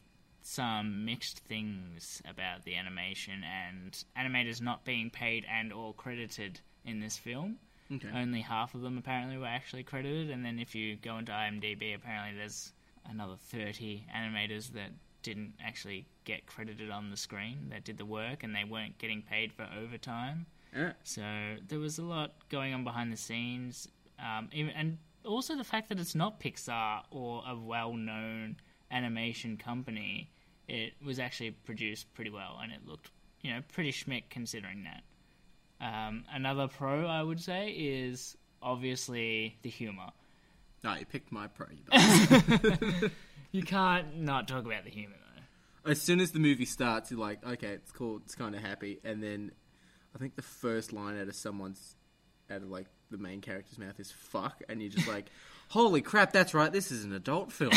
[SPEAKER 3] some mixed things about the animation and animators not being paid and or credited in this film.
[SPEAKER 4] Okay.
[SPEAKER 3] Only half of them apparently were actually credited, and then if you go into IMDb, apparently there's another 30 animators that didn't actually get credited on the screen that did the work and they weren't getting paid for overtime.
[SPEAKER 4] Yeah.
[SPEAKER 3] So there was a lot going on behind the scenes, um, even, and also the fact that it's not Pixar or a well-known animation company. It was actually produced pretty well, and it looked, you know, pretty schmick considering that. Um, another pro I would say is obviously the humor.
[SPEAKER 4] No, you picked my pro. You bastard.
[SPEAKER 3] you can't not talk about the humor though.
[SPEAKER 4] as soon as the movie starts, you're like, okay, it's cool, it's kind of happy, and then I think the first line out of someone's out of like the main character's mouth is "fuck," and you're just like, holy crap, that's right, this is an adult film.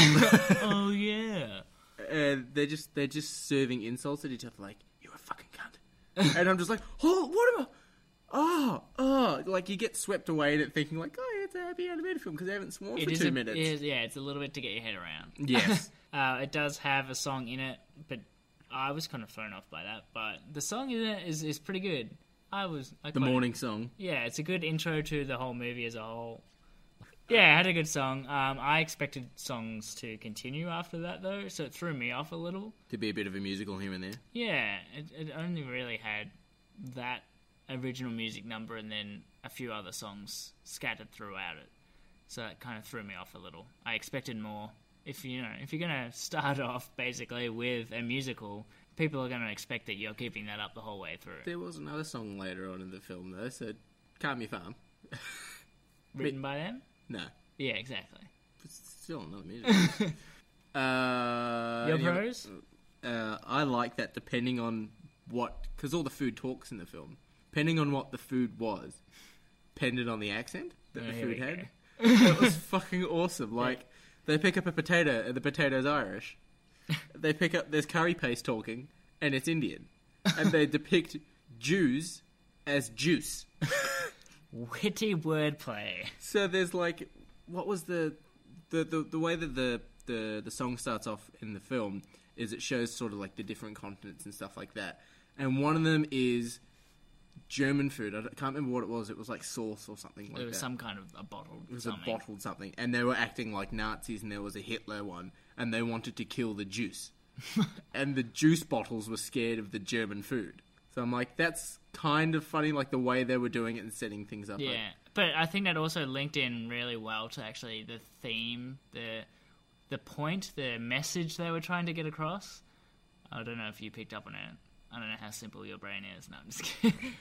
[SPEAKER 3] oh yeah.
[SPEAKER 4] And they're just they're just serving insults at each other, like you're a fucking cunt, and I'm just like, oh, what am I? Oh, oh, like you get swept away in it, thinking like, oh, yeah, it's a happy animated film because they haven't sworn for
[SPEAKER 3] is
[SPEAKER 4] two
[SPEAKER 3] a-
[SPEAKER 4] minutes.
[SPEAKER 3] it is- yeah, it's a little bit to get your head around.
[SPEAKER 4] Yes.
[SPEAKER 3] uh, it does have a song in it, but I was kind of thrown off by that. But the song in it is, is pretty good. I was I
[SPEAKER 4] The
[SPEAKER 3] quite-
[SPEAKER 4] morning song.
[SPEAKER 3] Yeah, it's a good intro to the whole movie as a whole. Yeah, it had a good song. Um, I expected songs to continue after that though, so it threw me off a little.
[SPEAKER 4] To be a bit of a musical here and there.
[SPEAKER 3] Yeah, it, it only really had that original music number and then a few other songs scattered throughout it. So that kind of threw me off a little. I expected more. If you know, if you're going to start off basically with a musical, people are going to expect that you're keeping that up the whole way through.
[SPEAKER 4] There was another song later on in the film though, so calm your farm.
[SPEAKER 3] Written by them?
[SPEAKER 4] No,
[SPEAKER 3] Yeah, exactly.
[SPEAKER 4] it's still not music. uh,
[SPEAKER 3] Your
[SPEAKER 4] any other-
[SPEAKER 3] pros?
[SPEAKER 4] Uh, I like that depending on what, because all the food talks in the film. Depending on what the food was, depended on the accent that
[SPEAKER 3] Oh,
[SPEAKER 4] the
[SPEAKER 3] here
[SPEAKER 4] food
[SPEAKER 3] we
[SPEAKER 4] had.
[SPEAKER 3] go.
[SPEAKER 4] that was fucking awesome. Like they pick up a potato, and the potato's Irish. they pick up there's curry paste talking, and it's Indian, and they depict Jews as juice.
[SPEAKER 3] Witty wordplay.
[SPEAKER 4] So there's like, what was the the the, the way that the, the the song starts off in the film is it shows sort of like the different continents and stuff like that, and one of them is German food. I don't- can't remember what it was. It was like sauce or something like
[SPEAKER 3] It was
[SPEAKER 4] that.
[SPEAKER 3] some kind of a bottle.
[SPEAKER 4] It was
[SPEAKER 3] something.
[SPEAKER 4] a bottled something, and they were acting like Nazis, and there was a Hitler one, and they wanted to kill the juice, and the juice bottles were scared of the German food. So I'm like, that's kind of funny, like the way they were doing it and setting things up. like-
[SPEAKER 3] Yeah, but I think that also linked in really well to actually the theme, the the point, the message they were trying to get across. I don't know if you picked up on it. I don't know how simple your brain is. No, I'm just kidding.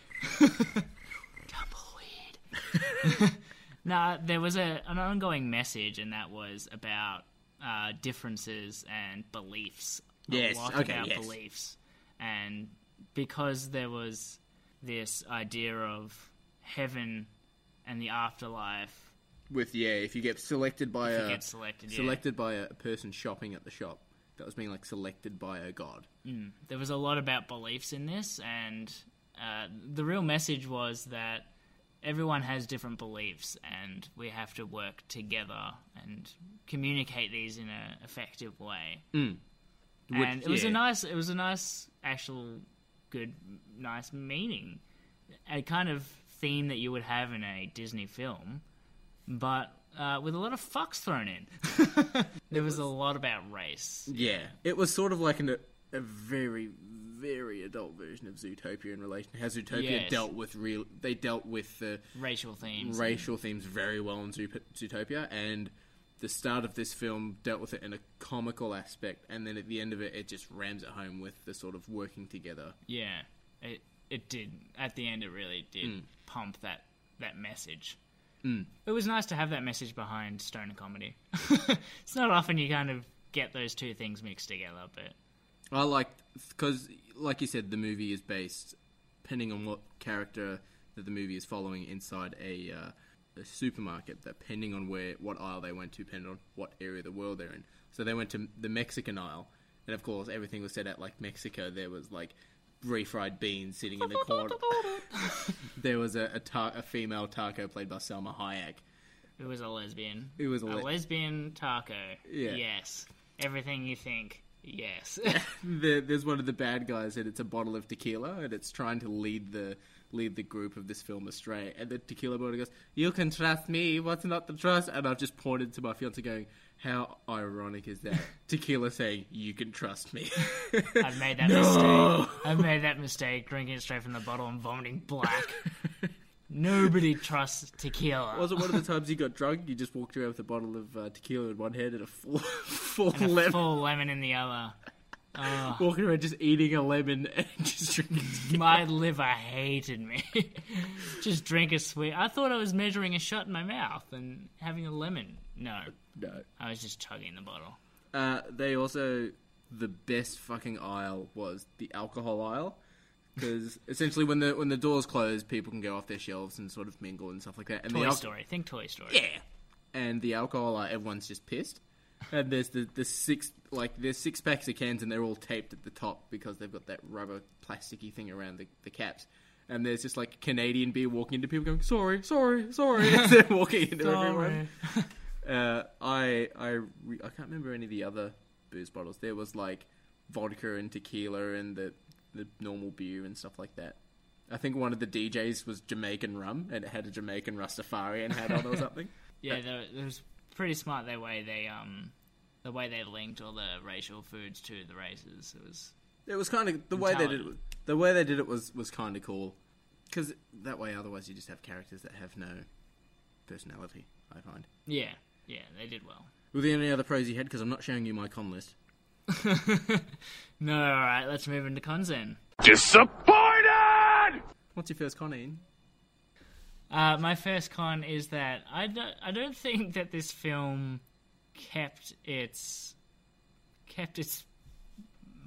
[SPEAKER 3] Tumbleweed. no, there was a, an ongoing message, and that was about uh, differences and beliefs. A
[SPEAKER 4] Yes,
[SPEAKER 3] lot
[SPEAKER 4] okay,
[SPEAKER 3] about
[SPEAKER 4] yes.
[SPEAKER 3] beliefs, and because there was this idea of heaven and the afterlife.
[SPEAKER 4] with yeah, if you get selected by
[SPEAKER 3] If you
[SPEAKER 4] a
[SPEAKER 3] get selected, yeah.
[SPEAKER 4] selected by a person shopping at the shop, that was being like selected by a god.
[SPEAKER 3] Mm. There was a lot about beliefs in this, and uh, the real message was that everyone has different beliefs, and we have to work together and communicate these in an effective way.
[SPEAKER 4] Mm. Would-
[SPEAKER 3] and it was
[SPEAKER 4] yeah.
[SPEAKER 3] a nice, it was a nice, actual, good, nice meaning, a kind of theme that you would have in a Disney film, but uh, with a lot of fucks thrown in. there was, a lot about race.
[SPEAKER 4] Yeah, it was sort of like an, a very very adult version of Zootopia in relation to how Zootopia
[SPEAKER 3] Yes.
[SPEAKER 4] dealt with real. They dealt with the
[SPEAKER 3] Racial themes.
[SPEAKER 4] racial themes very well in Zoop- Zootopia, and the start of this film dealt with it in a comical aspect, and then at the end of it, it just rams it home with the sort of working together.
[SPEAKER 3] Yeah, it it did. At the end, it really did
[SPEAKER 4] Mm.
[SPEAKER 3] pump that that message.
[SPEAKER 4] Mm.
[SPEAKER 3] It was nice to have that message behind stoner comedy. it's not often you kind of get those two things mixed together, but
[SPEAKER 4] I like because, like you said, the movie is based, depending on what character that the movie is following inside a, uh, a supermarket. That depending on where what aisle they went to, depending on what area of the world they're in. So they went to the Mexican aisle, and of course, everything was set at like Mexico. There was like refried beans sitting in the corner. there was a a, ta- a female taco played by Selma Hayek.
[SPEAKER 3] It was a lesbian.
[SPEAKER 4] It was a
[SPEAKER 3] a
[SPEAKER 4] le-
[SPEAKER 3] lesbian taco.
[SPEAKER 4] Yeah.
[SPEAKER 3] Yes. Everything you think. Yes.
[SPEAKER 4] there, there's one of the bad guys, and it's a bottle of tequila, and it's trying to lead the lead the group of this film astray. And the tequila bottle goes, "You can trust me. What's not to trust?" And I've just pointed to my fiance, going, "How ironic is that?" tequila saying, "You can trust me."
[SPEAKER 3] I've made that
[SPEAKER 4] No.
[SPEAKER 3] mistake. I've made that mistake drinking it straight from the bottle and vomiting black. Nobody trusts tequila.
[SPEAKER 4] Was it one of the times you got drunk? You just walked around with a bottle of uh, tequila in one hand and a full, full
[SPEAKER 3] And a
[SPEAKER 4] lemon,
[SPEAKER 3] full lemon in the other. Oh.
[SPEAKER 4] walking around just eating a lemon and just drinking.
[SPEAKER 3] My liver hated me. Just drink a sweet. I thought I was measuring a shot in my mouth and having a lemon. No.
[SPEAKER 4] No.
[SPEAKER 3] I was just chugging the bottle.
[SPEAKER 4] Uh, they also the best fucking aisle was the alcohol aisle because essentially when the when the doors close, people can go off their shelves and sort of mingle and stuff like that. And
[SPEAKER 3] Toy
[SPEAKER 4] the al-
[SPEAKER 3] Story. Think Toy Story.
[SPEAKER 4] Yeah. And the alcohol aisle, everyone's just pissed. And there's the, the six like there's six packs of cans and they're all taped at the top because they've got that rubber plasticky thing around the, the caps. And there's just like Canadian beer walking into people going, Sorry, sorry, sorry as they're walking into
[SPEAKER 3] Sorry.
[SPEAKER 4] everyone. Uh, I I re- I can't remember any of the other booze bottles. There was like vodka and tequila and the the normal beer and stuff like that. I think one of the DJs was Jamaican rum and it had a Jamaican Rastafarian hat on or something.
[SPEAKER 3] Yeah, they were- it was pretty smart the way they um the way they linked all the racial foods to the races. It was
[SPEAKER 4] It was kind of the way they did it.
[SPEAKER 3] Intelligent.
[SPEAKER 4] The way they did it was was kind of cool, because that way, otherwise, you just have characters that have no personality. I find.
[SPEAKER 3] yeah, yeah, they did well.
[SPEAKER 4] Were there any other pros you had? Because I'm not showing you my con list.
[SPEAKER 3] No, all right, let's move into cons then.
[SPEAKER 4] Disappointed. What's your first con, Ian?
[SPEAKER 3] Uh, my first con is that I don't, I don't think that this film kept its kept its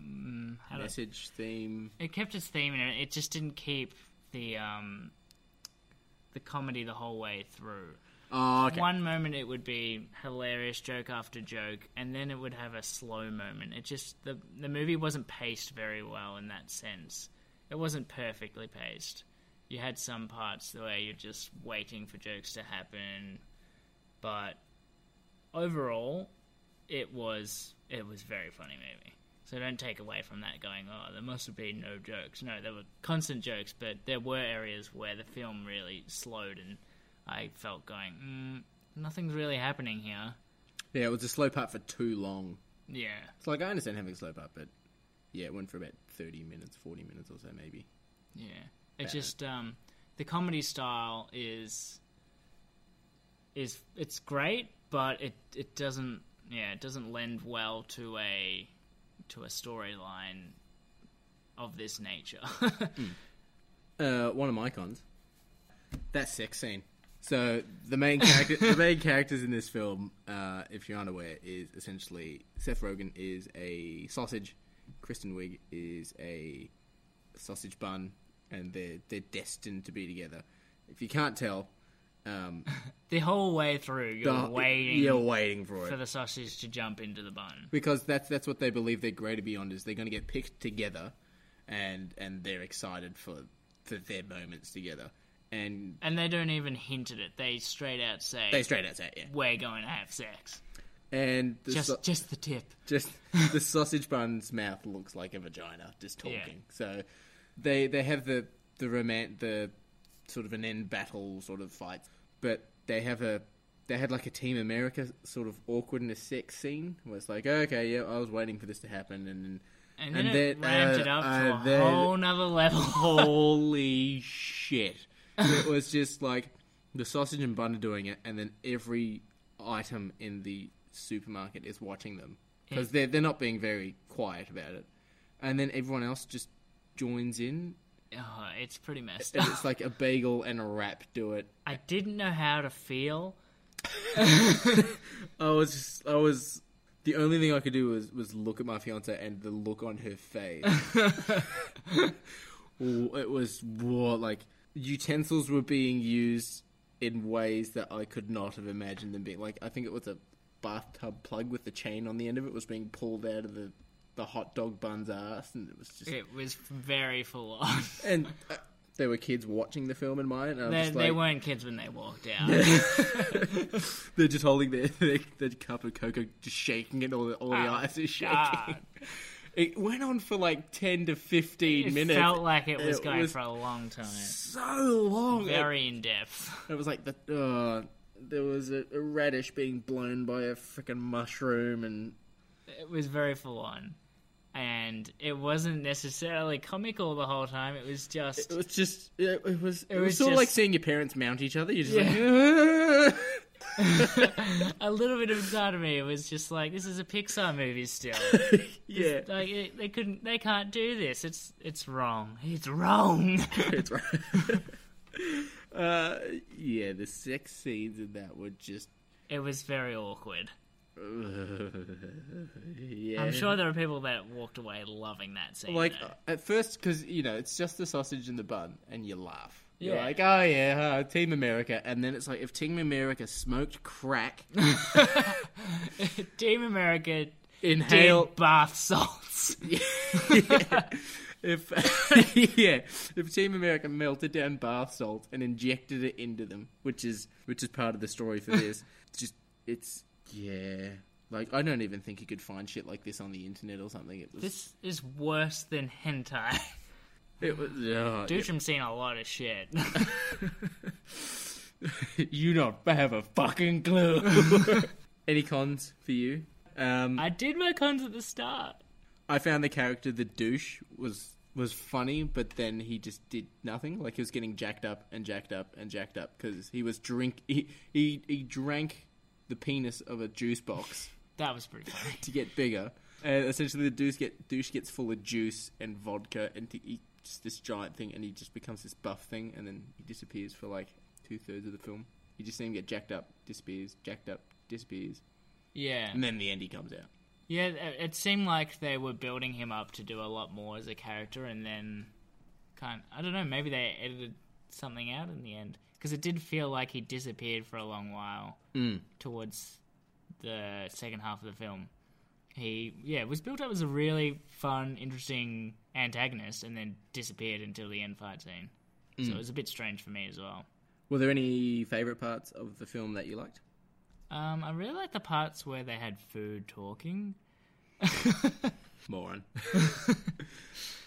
[SPEAKER 3] mm, how do I-
[SPEAKER 4] Message theme.
[SPEAKER 3] it kept its theme and it just didn't keep the um the comedy the whole way through.
[SPEAKER 4] Oh, okay.
[SPEAKER 3] One moment it would be hilarious joke after joke, and then it would have a slow moment. It just the the movie wasn't paced very well in that sense. It wasn't perfectly paced. You had some parts where you're just waiting for jokes to happen, but overall, it was it was a very funny movie. So don't take away from that going, oh, there must have been no jokes. No, there were constant jokes, but there were areas where the film really slowed, and I felt going, mm, nothing's really happening here.
[SPEAKER 4] Yeah, it was a slow part for too long.
[SPEAKER 3] Yeah.
[SPEAKER 4] It's like I understand having a slow part, but yeah, it went for about thirty minutes, forty minutes or so, maybe.
[SPEAKER 3] Yeah.
[SPEAKER 4] Yeah.
[SPEAKER 3] It's just um, the comedy style is is it's great, but it it doesn't yeah, it doesn't lend well to a to a storyline of this nature.
[SPEAKER 4] uh, one of my cons. That sex scene. So the main character, the main characters in this film, uh, if you're unaware, is essentially Seth Rogen is a sausage, Kristen Wiig is a sausage bun, and they're they're destined to be together. If you can't tell, um,
[SPEAKER 3] the whole way through you're
[SPEAKER 4] The-
[SPEAKER 3] waiting
[SPEAKER 4] you're waiting for it.
[SPEAKER 3] the sausage to jump into the bun.
[SPEAKER 4] because that's that's what they believe they're greater beyond is they're going to get picked together, and and they're excited for for their moments together, and
[SPEAKER 3] And they don't even hint at it. They straight out say
[SPEAKER 4] They straight out say it, yeah.
[SPEAKER 3] We're going to have sex.
[SPEAKER 4] and the
[SPEAKER 3] Just-
[SPEAKER 4] sau-
[SPEAKER 3] just the tip.
[SPEAKER 4] Just the sausage bun's mouth looks like a vagina, just talking.
[SPEAKER 3] Yeah.
[SPEAKER 4] So they they have the the romant the sort of an end battle sort of fight, but they have a they had like a Team America sort of awkwardness sex scene where it's like, "Oh, okay, yeah, I was waiting for this to happen, and then uh,
[SPEAKER 3] And then it ramped it up to a
[SPEAKER 4] then-
[SPEAKER 3] whole nother level.
[SPEAKER 4] holy shit! It was just like the sausage and bun are doing it, and then every item in the supermarket is watching them because they're they're not being very quiet about it, and then everyone else just joins in.
[SPEAKER 3] Oh, it's pretty messed
[SPEAKER 4] And
[SPEAKER 3] up.
[SPEAKER 4] it's like a bagel and a wrap do it.
[SPEAKER 3] I didn't know how to feel.
[SPEAKER 4] I was just, I was The only thing I could do was, was look at my fiance and the look on her face. Ooh, it was whoa, like utensils were being used in ways that I could not have imagined them being. Like I think it was a bathtub plug with the chain on the end of it was being pulled out of the the hot dog bun's ass, and it was just
[SPEAKER 3] It was very full on.
[SPEAKER 4] and uh, there were kids watching the film in mine, and I'm
[SPEAKER 3] They,
[SPEAKER 4] just
[SPEAKER 3] they
[SPEAKER 4] like,
[SPEAKER 3] weren't kids when they walked out.
[SPEAKER 4] They're just holding their, their, their cup of cocoa, just shaking it. All the all the
[SPEAKER 3] Oh,
[SPEAKER 4] ice is shaking.
[SPEAKER 3] God.
[SPEAKER 4] It went on for like ten to fifteen
[SPEAKER 3] it
[SPEAKER 4] minutes.
[SPEAKER 3] felt like it was going for a long time.
[SPEAKER 4] so long.
[SPEAKER 3] Very
[SPEAKER 4] It-
[SPEAKER 3] in depth.
[SPEAKER 4] It was like the uh, there was a, a radish being blown by a freaking mushroom, and
[SPEAKER 3] It was very full on. And it wasn't necessarily comical the whole time. It was just.
[SPEAKER 4] it was just it, it was it,
[SPEAKER 3] It
[SPEAKER 4] was,
[SPEAKER 3] was
[SPEAKER 4] sort of like
[SPEAKER 3] just-
[SPEAKER 4] seeing your parents mount each other. You're just like.
[SPEAKER 3] a little bit of part of me was just like, this is a Pixar movie still.
[SPEAKER 4] yeah,
[SPEAKER 3] like it, they couldn't, they can't do this. It's it's wrong. It's wrong.
[SPEAKER 4] it's wrong. uh, yeah, the sex scenes in that were just.
[SPEAKER 3] It was very awkward.
[SPEAKER 4] yeah.
[SPEAKER 3] I'm sure there are people that walked away loving that scene.
[SPEAKER 4] Like
[SPEAKER 3] though.
[SPEAKER 4] uh, at first, because you know it's just the sausage and the bun, and you laugh. You're
[SPEAKER 3] Yeah.
[SPEAKER 4] like, oh yeah, huh, Team America, and then it's like if Team America smoked crack,
[SPEAKER 3] Team America
[SPEAKER 4] Inhale-
[SPEAKER 3] did bath salts.
[SPEAKER 4] if yeah, if Team America melted down bath salt and injected it into them, which is which is part of the story for this, it's just it's yeah. Like I don't even think you could find shit like this on the internet or something. It was
[SPEAKER 3] This is worse than hentai.
[SPEAKER 4] it was oh, yeah.
[SPEAKER 3] Dutram's seen a lot of shit.
[SPEAKER 4] you don't have a fucking clue. Any cons for you? Um,
[SPEAKER 3] I did my cons at the start.
[SPEAKER 4] I found the character the douche was was funny, but then he just did nothing. Like he was getting jacked up and jacked up and jacked up because he was drink he, he he drank the penis of a juice box
[SPEAKER 3] That was pretty funny.
[SPEAKER 4] to get bigger. And essentially, the douche get douche gets full of juice and vodka, and to eat just this giant thing, and he just becomes this buff thing, and then he disappears for like two thirds of the film. You just see him get jacked up, disappears, jacked up, disappears,
[SPEAKER 3] Yeah.
[SPEAKER 4] and then the end he comes out.
[SPEAKER 3] Yeah, it it seemed like they were building him up to do a lot more as a character, and then kind I don't know, maybe they edited something out in the end because it did feel like he disappeared for a long while
[SPEAKER 4] Mm.
[SPEAKER 3] towards the second half of the film. He yeah was built up as a really fun, interesting antagonist, and then disappeared until the end fight scene. So
[SPEAKER 4] Mm.
[SPEAKER 3] it was a bit strange for me as well.
[SPEAKER 4] Were there any favorite parts of the film that you liked?
[SPEAKER 3] Um, I really like the parts where they had food talking.
[SPEAKER 4] Moron.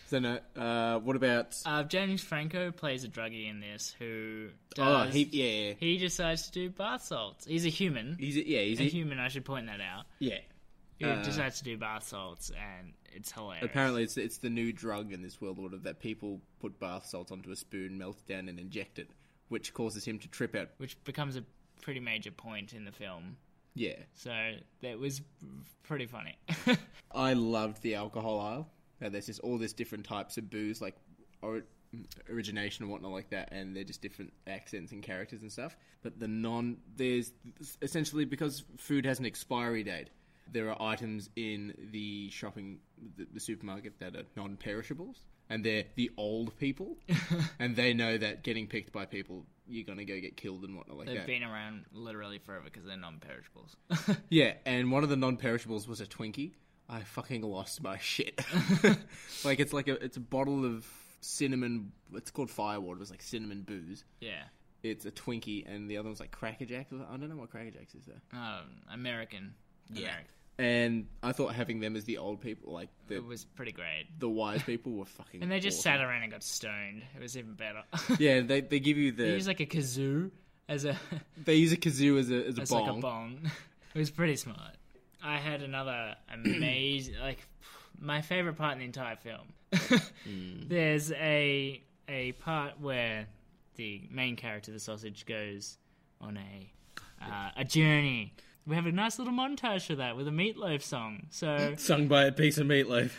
[SPEAKER 4] so no. Uh, what about?
[SPEAKER 3] Uh, James Franco plays a druggie in this who
[SPEAKER 4] Oh,
[SPEAKER 3] does,
[SPEAKER 4] he yeah, yeah.
[SPEAKER 3] he decides to do bath salts. He's a human.
[SPEAKER 4] He's a, yeah, he's
[SPEAKER 3] a,
[SPEAKER 4] a-
[SPEAKER 3] human. I should point that out.
[SPEAKER 4] yeah.
[SPEAKER 3] He
[SPEAKER 4] Uh,
[SPEAKER 3] decides to do bath salts, and it's hilarious.
[SPEAKER 4] Apparently, it's it's the new drug in this world order that people put bath salt onto a spoon, melt it down, and inject it, which causes him to trip out.
[SPEAKER 3] which becomes a pretty major point in the film.
[SPEAKER 4] Yeah,
[SPEAKER 3] So that was pretty funny.
[SPEAKER 4] I loved the alcohol aisle. Now, there's just all these different types of booze, like or, origination and whatnot, like that, and they're just different accents and characters and stuff. But the non, there's essentially because food has an expiry date. There are items in the shopping, the, the supermarket that are non-perishables, and they're the old people, and they know that getting picked by people, you're gonna go get killed and whatnot like
[SPEAKER 3] They've
[SPEAKER 4] that.
[SPEAKER 3] been around literally forever because they're non-perishables.
[SPEAKER 4] Yeah, and one of the non-perishables was a Twinkie. I fucking lost my shit. like it's like a it's a bottle of cinnamon. It's called Firewater. It's like cinnamon booze.
[SPEAKER 3] yeah,
[SPEAKER 4] It's a Twinkie, and the other one's like Cracker Jacks. I don't know what Cracker Jacks is there.
[SPEAKER 3] um, American. American.
[SPEAKER 4] And I thought having them as the old people, like the
[SPEAKER 3] It was pretty great.
[SPEAKER 4] the wise people, were fucking.
[SPEAKER 3] And they just
[SPEAKER 4] awesome.
[SPEAKER 3] sat around and got stoned. It was even better.
[SPEAKER 4] Yeah, they they give you
[SPEAKER 3] They
[SPEAKER 4] the
[SPEAKER 3] use like a kazoo as a
[SPEAKER 4] they use a kazoo as a as a
[SPEAKER 3] as
[SPEAKER 4] bong.
[SPEAKER 3] like a bong. It was pretty smart. I had another amazing like my favorite part in the entire film.
[SPEAKER 4] Hmm.
[SPEAKER 3] There's a a part where the main character, the sausage, goes on a uh, a journey. We have a nice little montage for that with a meatloaf song. So
[SPEAKER 4] Sung by a piece of meatloaf.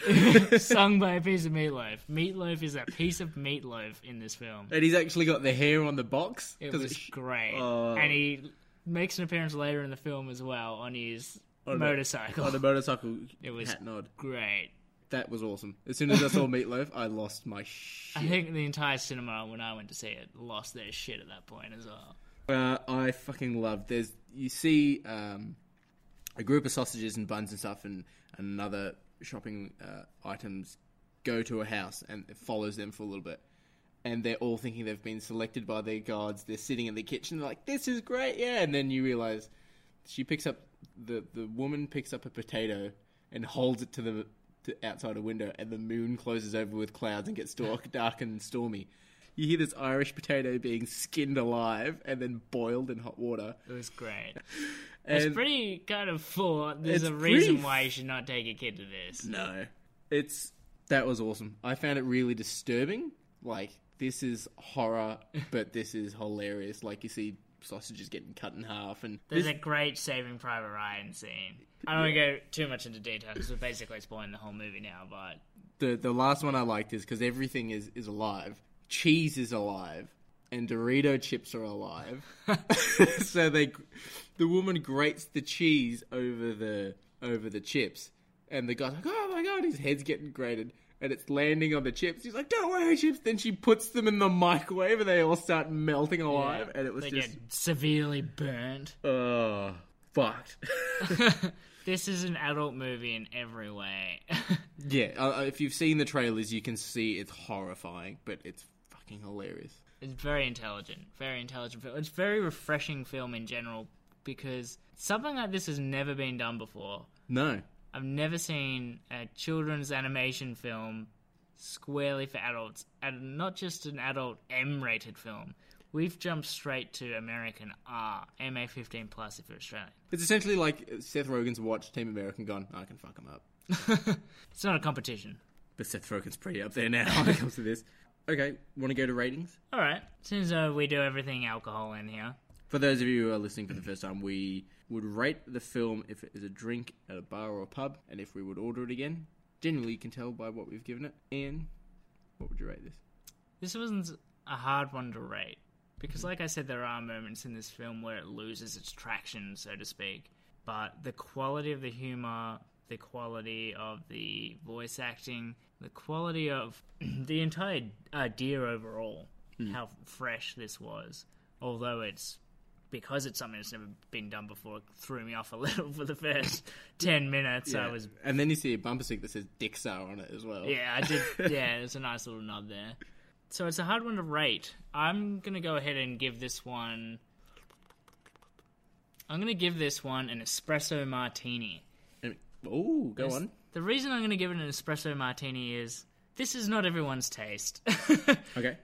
[SPEAKER 3] sung by a piece of meatloaf. Meatloaf is a piece of meatloaf in this film.
[SPEAKER 4] and he's actually got the hair on the box.
[SPEAKER 3] It
[SPEAKER 4] 'cause
[SPEAKER 3] was great.
[SPEAKER 4] Oh.
[SPEAKER 3] and he makes an appearance later in the film as well on his
[SPEAKER 4] On a-
[SPEAKER 3] Motorcycle.
[SPEAKER 4] On a motorcycle.
[SPEAKER 3] It was
[SPEAKER 4] hat nod.
[SPEAKER 3] great.
[SPEAKER 4] That was awesome. As soon as I saw Meatloaf, I lost my shit.
[SPEAKER 3] I think the entire cinema when I went to see it lost their shit at that point as well.
[SPEAKER 4] Uh, I fucking love. There's you see um, a group of sausages and buns and stuff, and, and other shopping uh, items go to a house, and it follows them for a little bit, and they're all thinking they've been selected by their guards. They're sitting in the kitchen, they're like, "This is great, yeah!" And then you realize she picks up the the woman picks up a potato and holds it to the to outside a window, and the moon closes over with clouds and gets dark, dark and stormy. You hear this Irish potato being skinned alive and then boiled in hot water.
[SPEAKER 3] It was great.
[SPEAKER 4] And-
[SPEAKER 3] it's pretty kind of full. There's
[SPEAKER 4] It's
[SPEAKER 3] a reason
[SPEAKER 4] brief.
[SPEAKER 3] why you should not take a kid to this.
[SPEAKER 4] No. It's that was awesome. I found it really disturbing. Like this is horror, but this is hilarious. Like you see sausages getting cut in half, and
[SPEAKER 3] There's
[SPEAKER 4] this-
[SPEAKER 3] a great Saving Private Ryan scene. I don't want to go too much into detail because we're basically spoiling the whole movie now, but
[SPEAKER 4] the the last one I liked is because everything is is alive. Cheese is alive, and Dorito chips are alive. so they, the woman grates the cheese over the over the chips, and the guy's like, "Oh my god, his head's getting grated." And it's landing on the chips. He's like, "Don't worry, chips." Then she puts them in the microwave, and they all start melting alive.
[SPEAKER 3] Yeah,
[SPEAKER 4] and it was
[SPEAKER 3] they
[SPEAKER 4] just,
[SPEAKER 3] get severely burnt.
[SPEAKER 4] oh, fucked.
[SPEAKER 3] This is an adult movie in every way.
[SPEAKER 4] yeah, uh, uh, if you've seen the trailers, you can see it's horrifying, but it's fucking hilarious.
[SPEAKER 3] It's very intelligent, very intelligent film. It's very refreshing film in general because something like this has never been done before.
[SPEAKER 4] No,
[SPEAKER 3] I've never seen a children's animation film squarely for adults, and not just an adult M-rated film. We've jumped straight to American R, MA fifteen plus if you're Australian.
[SPEAKER 4] It's essentially like Seth Rogen's watched Team America and gone, I can fuck him up.
[SPEAKER 3] It's not a competition.
[SPEAKER 4] But Seth Rogen's pretty up there now when it comes to this. Okay, want to go to ratings?
[SPEAKER 3] All right, seems though we do everything alcohol in here.
[SPEAKER 4] For those of you who are listening for the first time, we would rate the film if it is a drink at a bar or a pub, and if we would order it again. Generally, you can tell by what we've given it. Ian, what would you rate this?
[SPEAKER 3] This wasn't a hard one to rate because, like I said, there are moments in this film where it loses its traction, so to speak. But the quality of the humor, the quality of the voice acting, the quality of the entire idea overall, how fresh this was. Although it's because it's something that's never been done before, it threw me off a little for the first 10 minutes. I
[SPEAKER 4] Yeah.
[SPEAKER 3] was,
[SPEAKER 4] And then you see a bumper stick that says Dixar on it as well.
[SPEAKER 3] yeah, I did, yeah, there's a nice little nod there. So it's a hard one to rate. I'm gonna go ahead and give this one. I'm gonna give this one an espresso martini.
[SPEAKER 4] Oh, go
[SPEAKER 3] Yes.
[SPEAKER 4] on.
[SPEAKER 3] The reason I'm gonna give it an espresso martini is this is not everyone's taste,
[SPEAKER 4] Okay.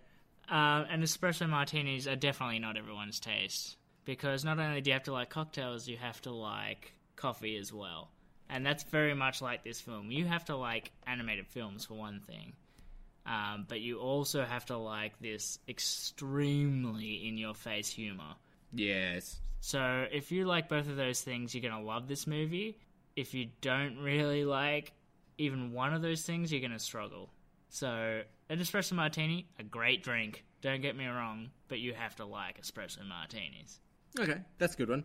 [SPEAKER 3] uh, and espresso martinis are definitely not everyone's taste because not only do you have to like cocktails, you have to like coffee as well, and that's very much like this film. You have to like animated films for one thing um, but you also have to like this extremely in your face humor.
[SPEAKER 4] Yes.
[SPEAKER 3] So if you like both of those things, you're going to love this movie. If you don't really like even one of those things, you're going to struggle. So an espresso martini, a great drink. Don't get me wrong, but you have to like espresso martinis.
[SPEAKER 4] Okay, that's a good one.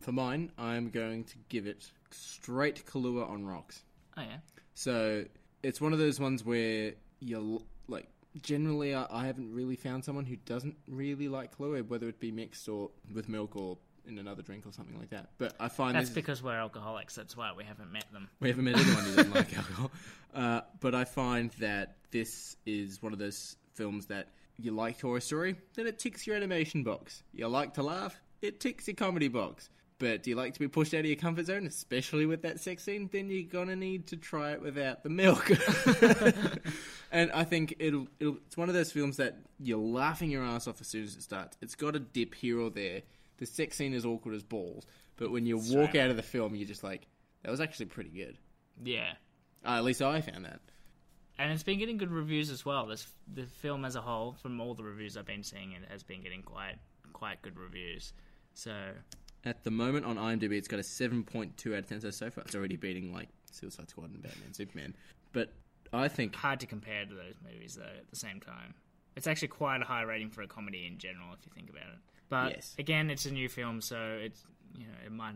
[SPEAKER 4] For mine, I'm going to give it straight Kahlua on rocks.
[SPEAKER 3] Oh yeah.
[SPEAKER 4] So it's one of those ones where you're l- like, generally, I, I haven't really found someone who doesn't really like Kahlua, whether it be mixed or with milk or in another drink or something like that. But I find
[SPEAKER 3] That's
[SPEAKER 4] this is-
[SPEAKER 3] because we're alcoholics. That's why we haven't met them.
[SPEAKER 4] we haven't met anyone who doesn't like alcohol. Uh, but I find that this is one of those films that you like Toy Story, then it ticks your animation box. You like to laugh, it ticks your comedy box. But do you like to be pushed out of your comfort zone, especially with that sex scene? Then you're gonna need to try it without the milk. and I think it'll, it'll it's one of those films that you're laughing your ass off as soon as it starts. It's got a dip here or there. The sex scene is awkward as balls, but when you walk out of the film, you're just like, that was actually pretty good.
[SPEAKER 3] Yeah.
[SPEAKER 4] Uh, at least I found that.
[SPEAKER 3] and it's been getting good reviews as well. This the film as a whole, from all the reviews I've been seeing, it has been getting quite quite good reviews. So
[SPEAKER 4] At the moment on IMDb, it's got a 7.2 out of 10. So so far, it's already beating like Suicide Squad and Batman Superman. But I think uh,
[SPEAKER 3] hard to compare to those movies though. At the same time, it's actually quite a high rating for a comedy in general if you think about it. But
[SPEAKER 4] Yes.
[SPEAKER 3] again, it's a new film, so it's you know it might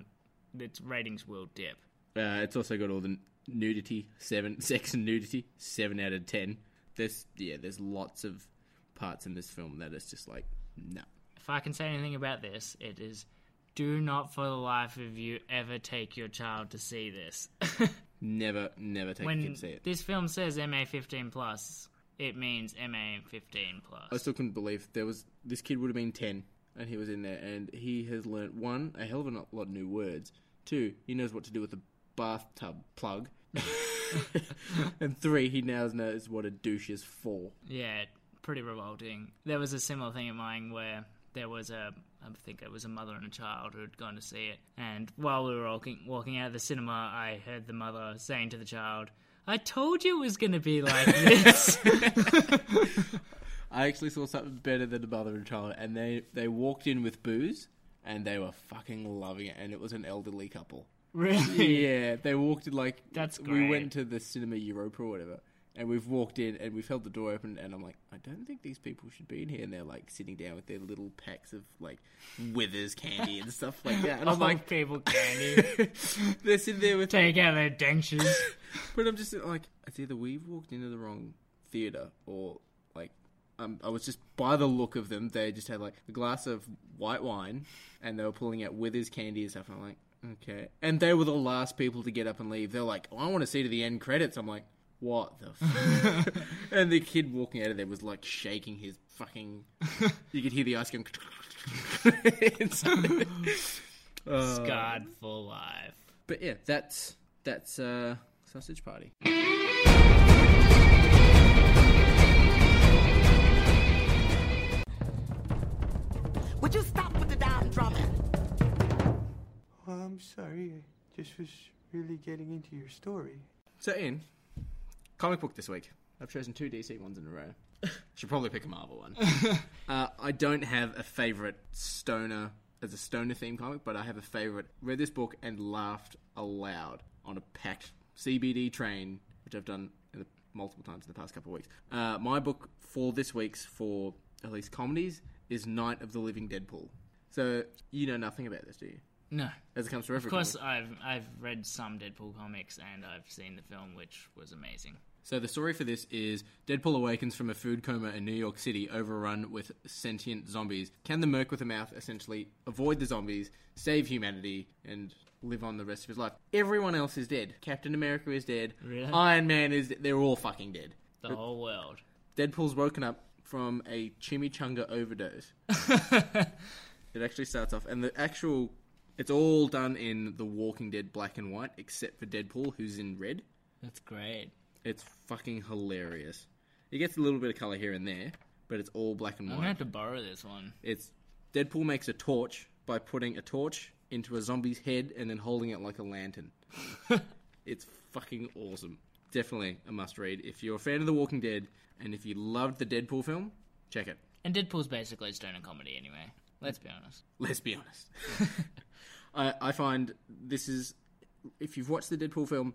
[SPEAKER 3] its ratings will dip.
[SPEAKER 4] Uh, it's also got all the nudity, seven sex and nudity, seven out of ten. There's yeah, there's lots of parts in this film that is just like no.
[SPEAKER 3] If I can say anything about this, it is do not for the life of you ever take your child to see this.
[SPEAKER 4] Never, never take
[SPEAKER 3] when
[SPEAKER 4] a kid to see it.
[SPEAKER 3] this film says MA 15 plus, it means MA 15 plus.
[SPEAKER 4] I still couldn't believe there was this kid would have been ten and he was in there and he has learnt one a hell of a lot of new words. Two, he knows what to do with a bathtub plug. and three, he now knows what a douche is for.
[SPEAKER 3] Yeah, pretty revolting. There was a similar thing in mine where there was a, I think it was a mother and a child who had gone to see it. And while we were walking, walking out of the cinema, I heard the mother saying to the child, I told you it was going to be like this.
[SPEAKER 4] I actually saw something better than the mother and child, and they they walked in with booze, and they were fucking loving it, and it was an elderly couple.
[SPEAKER 3] Really?
[SPEAKER 4] Yeah, they walked in like
[SPEAKER 3] That's
[SPEAKER 4] We
[SPEAKER 3] great.
[SPEAKER 4] went to the cinema Europa or whatever, and we've walked in and we've held the door open, and I'm like, I don't think these people should be in here, and they're like sitting down with their little packs of like Withers candy and stuff like that, and I'm
[SPEAKER 3] Old
[SPEAKER 4] like,
[SPEAKER 3] people candy.
[SPEAKER 4] they're sitting there with
[SPEAKER 3] take out their dentures.
[SPEAKER 4] but I'm just like, it's either we've walked into the wrong theater or like, um, I was just by the look of them, they just had like a glass of white wine and they were pulling out Withers candy and stuff. I'm like, okay. And they were the last people to get up and leave. They're like, oh, I want to see to the end credits. I'm like, what the? F-? and the kid walking out of there was like shaking his fucking. You could hear the ice going. Uh,
[SPEAKER 3] Scarred for life.
[SPEAKER 4] But yeah, that's that's uh, sausage party.
[SPEAKER 15] Would you stop with the damn drumming?
[SPEAKER 16] Well, I'm sorry. I just was really getting into your story.
[SPEAKER 4] So, Ian, comic book this week. I've chosen two DC ones in a row. Should probably pick a Marvel one. uh, I don't have a favorite stoner as a stoner theme comic, but I have a favorite. Read this book and laughed aloud on a packed CBD train, which I've done in the, multiple times in the past couple of weeks. Uh, my book for this week's for at least comedies is Night of the Living Deadpool. So you know nothing about this, do you?
[SPEAKER 3] No.
[SPEAKER 4] As it comes to
[SPEAKER 3] Of
[SPEAKER 4] every
[SPEAKER 3] course,
[SPEAKER 4] comic.
[SPEAKER 3] I've I've read some Deadpool comics and I've seen the film, which was amazing.
[SPEAKER 4] So the story for this is Deadpool awakens from a food coma in New York City, overrun with sentient zombies. Can the Merc with a Mouth essentially avoid the zombies, save humanity, and live on the rest of his life? Everyone else is dead. Captain America is dead.
[SPEAKER 3] Really?
[SPEAKER 4] Iron Man is. They're all fucking dead.
[SPEAKER 3] The whole world.
[SPEAKER 4] Deadpool's woken up from a chimichanga overdose. it actually starts off, and the actual. It's all done in The Walking Dead black and white, except for Deadpool, who's in red.
[SPEAKER 3] That's great.
[SPEAKER 4] It's fucking hilarious. It gets a little bit of color here and there, but it's all black and
[SPEAKER 3] I'm
[SPEAKER 4] white.
[SPEAKER 3] gonna have to borrow this one.
[SPEAKER 4] It's Deadpool makes a torch by putting a torch into a zombie's head and then holding it like a lantern. it's fucking awesome. Definitely a must read. If you're a fan of The Walking Dead and if you loved the Deadpool film, check it.
[SPEAKER 3] And Deadpool's basically stoner comedy anyway. Let's be honest.
[SPEAKER 4] Let's be honest. I, I find this is if you've watched the Deadpool film,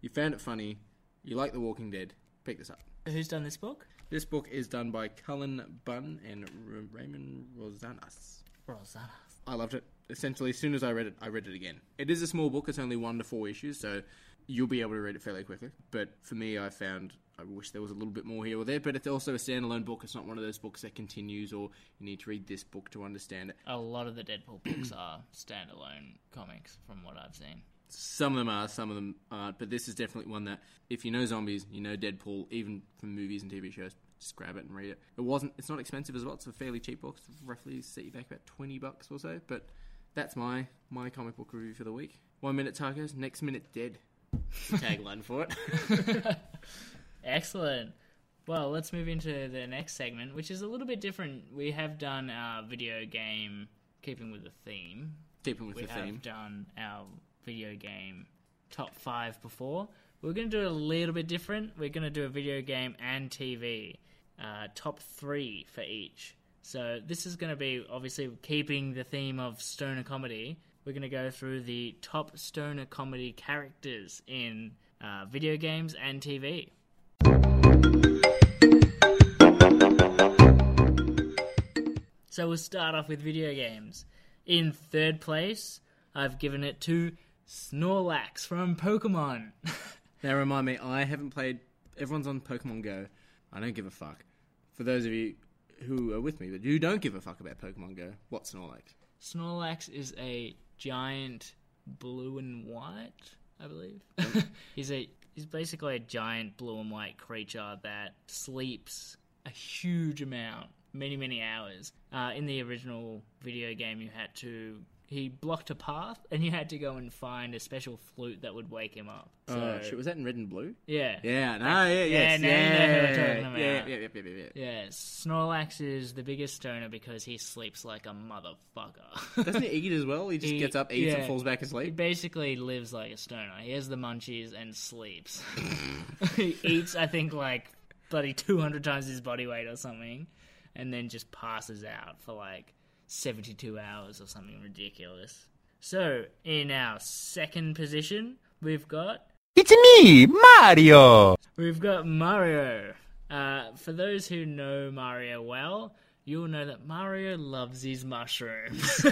[SPEAKER 4] you found it funny, you like The Walking Dead, pick this up.
[SPEAKER 3] Who's done this book?
[SPEAKER 4] This book is done by Cullen Bunn and R- Raymond Rosanas.
[SPEAKER 3] Rosanna.
[SPEAKER 4] I loved it. Essentially, as soon as I read it, I read it again. It is a small book; it's only one to four issues, so you'll be able to read it fairly quickly. But for me, I found I wish there was a little bit more here or there. But it's also a standalone book. It's not one of those books that continues, or you need to read this book to understand it.
[SPEAKER 3] A lot of the Deadpool books are standalone comics, from what I've seen.
[SPEAKER 4] Some of them are, some of them aren't. But this is definitely one that, if you know zombies, you know Deadpool, even from movies and TV shows, just grab it and read it. It wasn't. It's not expensive as well. It's a fairly cheap box. Roughly set you back about twenty bucks or so. But that's my my comic book review for the week. One minute tacos, next minute dead. Tagline for it.
[SPEAKER 3] Excellent. Well, let's move into the next segment, which is a little bit different. We have done our video game, keeping with the theme.
[SPEAKER 4] Keeping with
[SPEAKER 3] we
[SPEAKER 4] the theme.
[SPEAKER 3] have done our video game top five before. We're going to do it a little bit different. We're going to do a video game and TV uh, top three for each. So this is going to be obviously keeping the theme of stoner comedy. We're going to go through the top stoner comedy characters in uh, video games and TV. So we'll start off with video games. In third place, I've given it to Snorlax from Pokemon.
[SPEAKER 4] Now remind me, I haven't played. Everyone's on Pokemon Go. I don't give a fuck. For those of you who are with me, but who don't give a fuck about Pokemon Go, what's Snorlax?
[SPEAKER 3] Snorlax is a giant blue and white, I believe. he's a he's basically a giant blue and white creature that sleeps a huge amount, many many hours. Uh, in the original video game, you had to he blocked a path, and you had to go and find a special flute that would wake him up.
[SPEAKER 4] oh
[SPEAKER 3] So-
[SPEAKER 4] shit, was that in red and blue?
[SPEAKER 3] Yeah.
[SPEAKER 4] Yeah, no, yeah,
[SPEAKER 3] Yeah,
[SPEAKER 4] yes,
[SPEAKER 3] now
[SPEAKER 4] yeah,
[SPEAKER 3] you know who we're
[SPEAKER 4] yeah,
[SPEAKER 3] talking about.
[SPEAKER 4] yeah, yeah, yeah, yeah, yeah.
[SPEAKER 3] Yeah, Snorlax is the biggest stoner because he sleeps like a motherfucker.
[SPEAKER 4] Doesn't he eat as well? He just gets up, eats, and falls back
[SPEAKER 3] He
[SPEAKER 4] asleep.
[SPEAKER 3] basically lives like a stoner. He has the munchies and sleeps. he eats, I think, like bloody 200 times his body weight or something, and then just passes out for like 72 hours or something ridiculous. So, in our second position, we've got
[SPEAKER 17] It's me, Mario.
[SPEAKER 3] We've got Mario. Uh, for those who know Mario well, you'll know that Mario loves his mushrooms.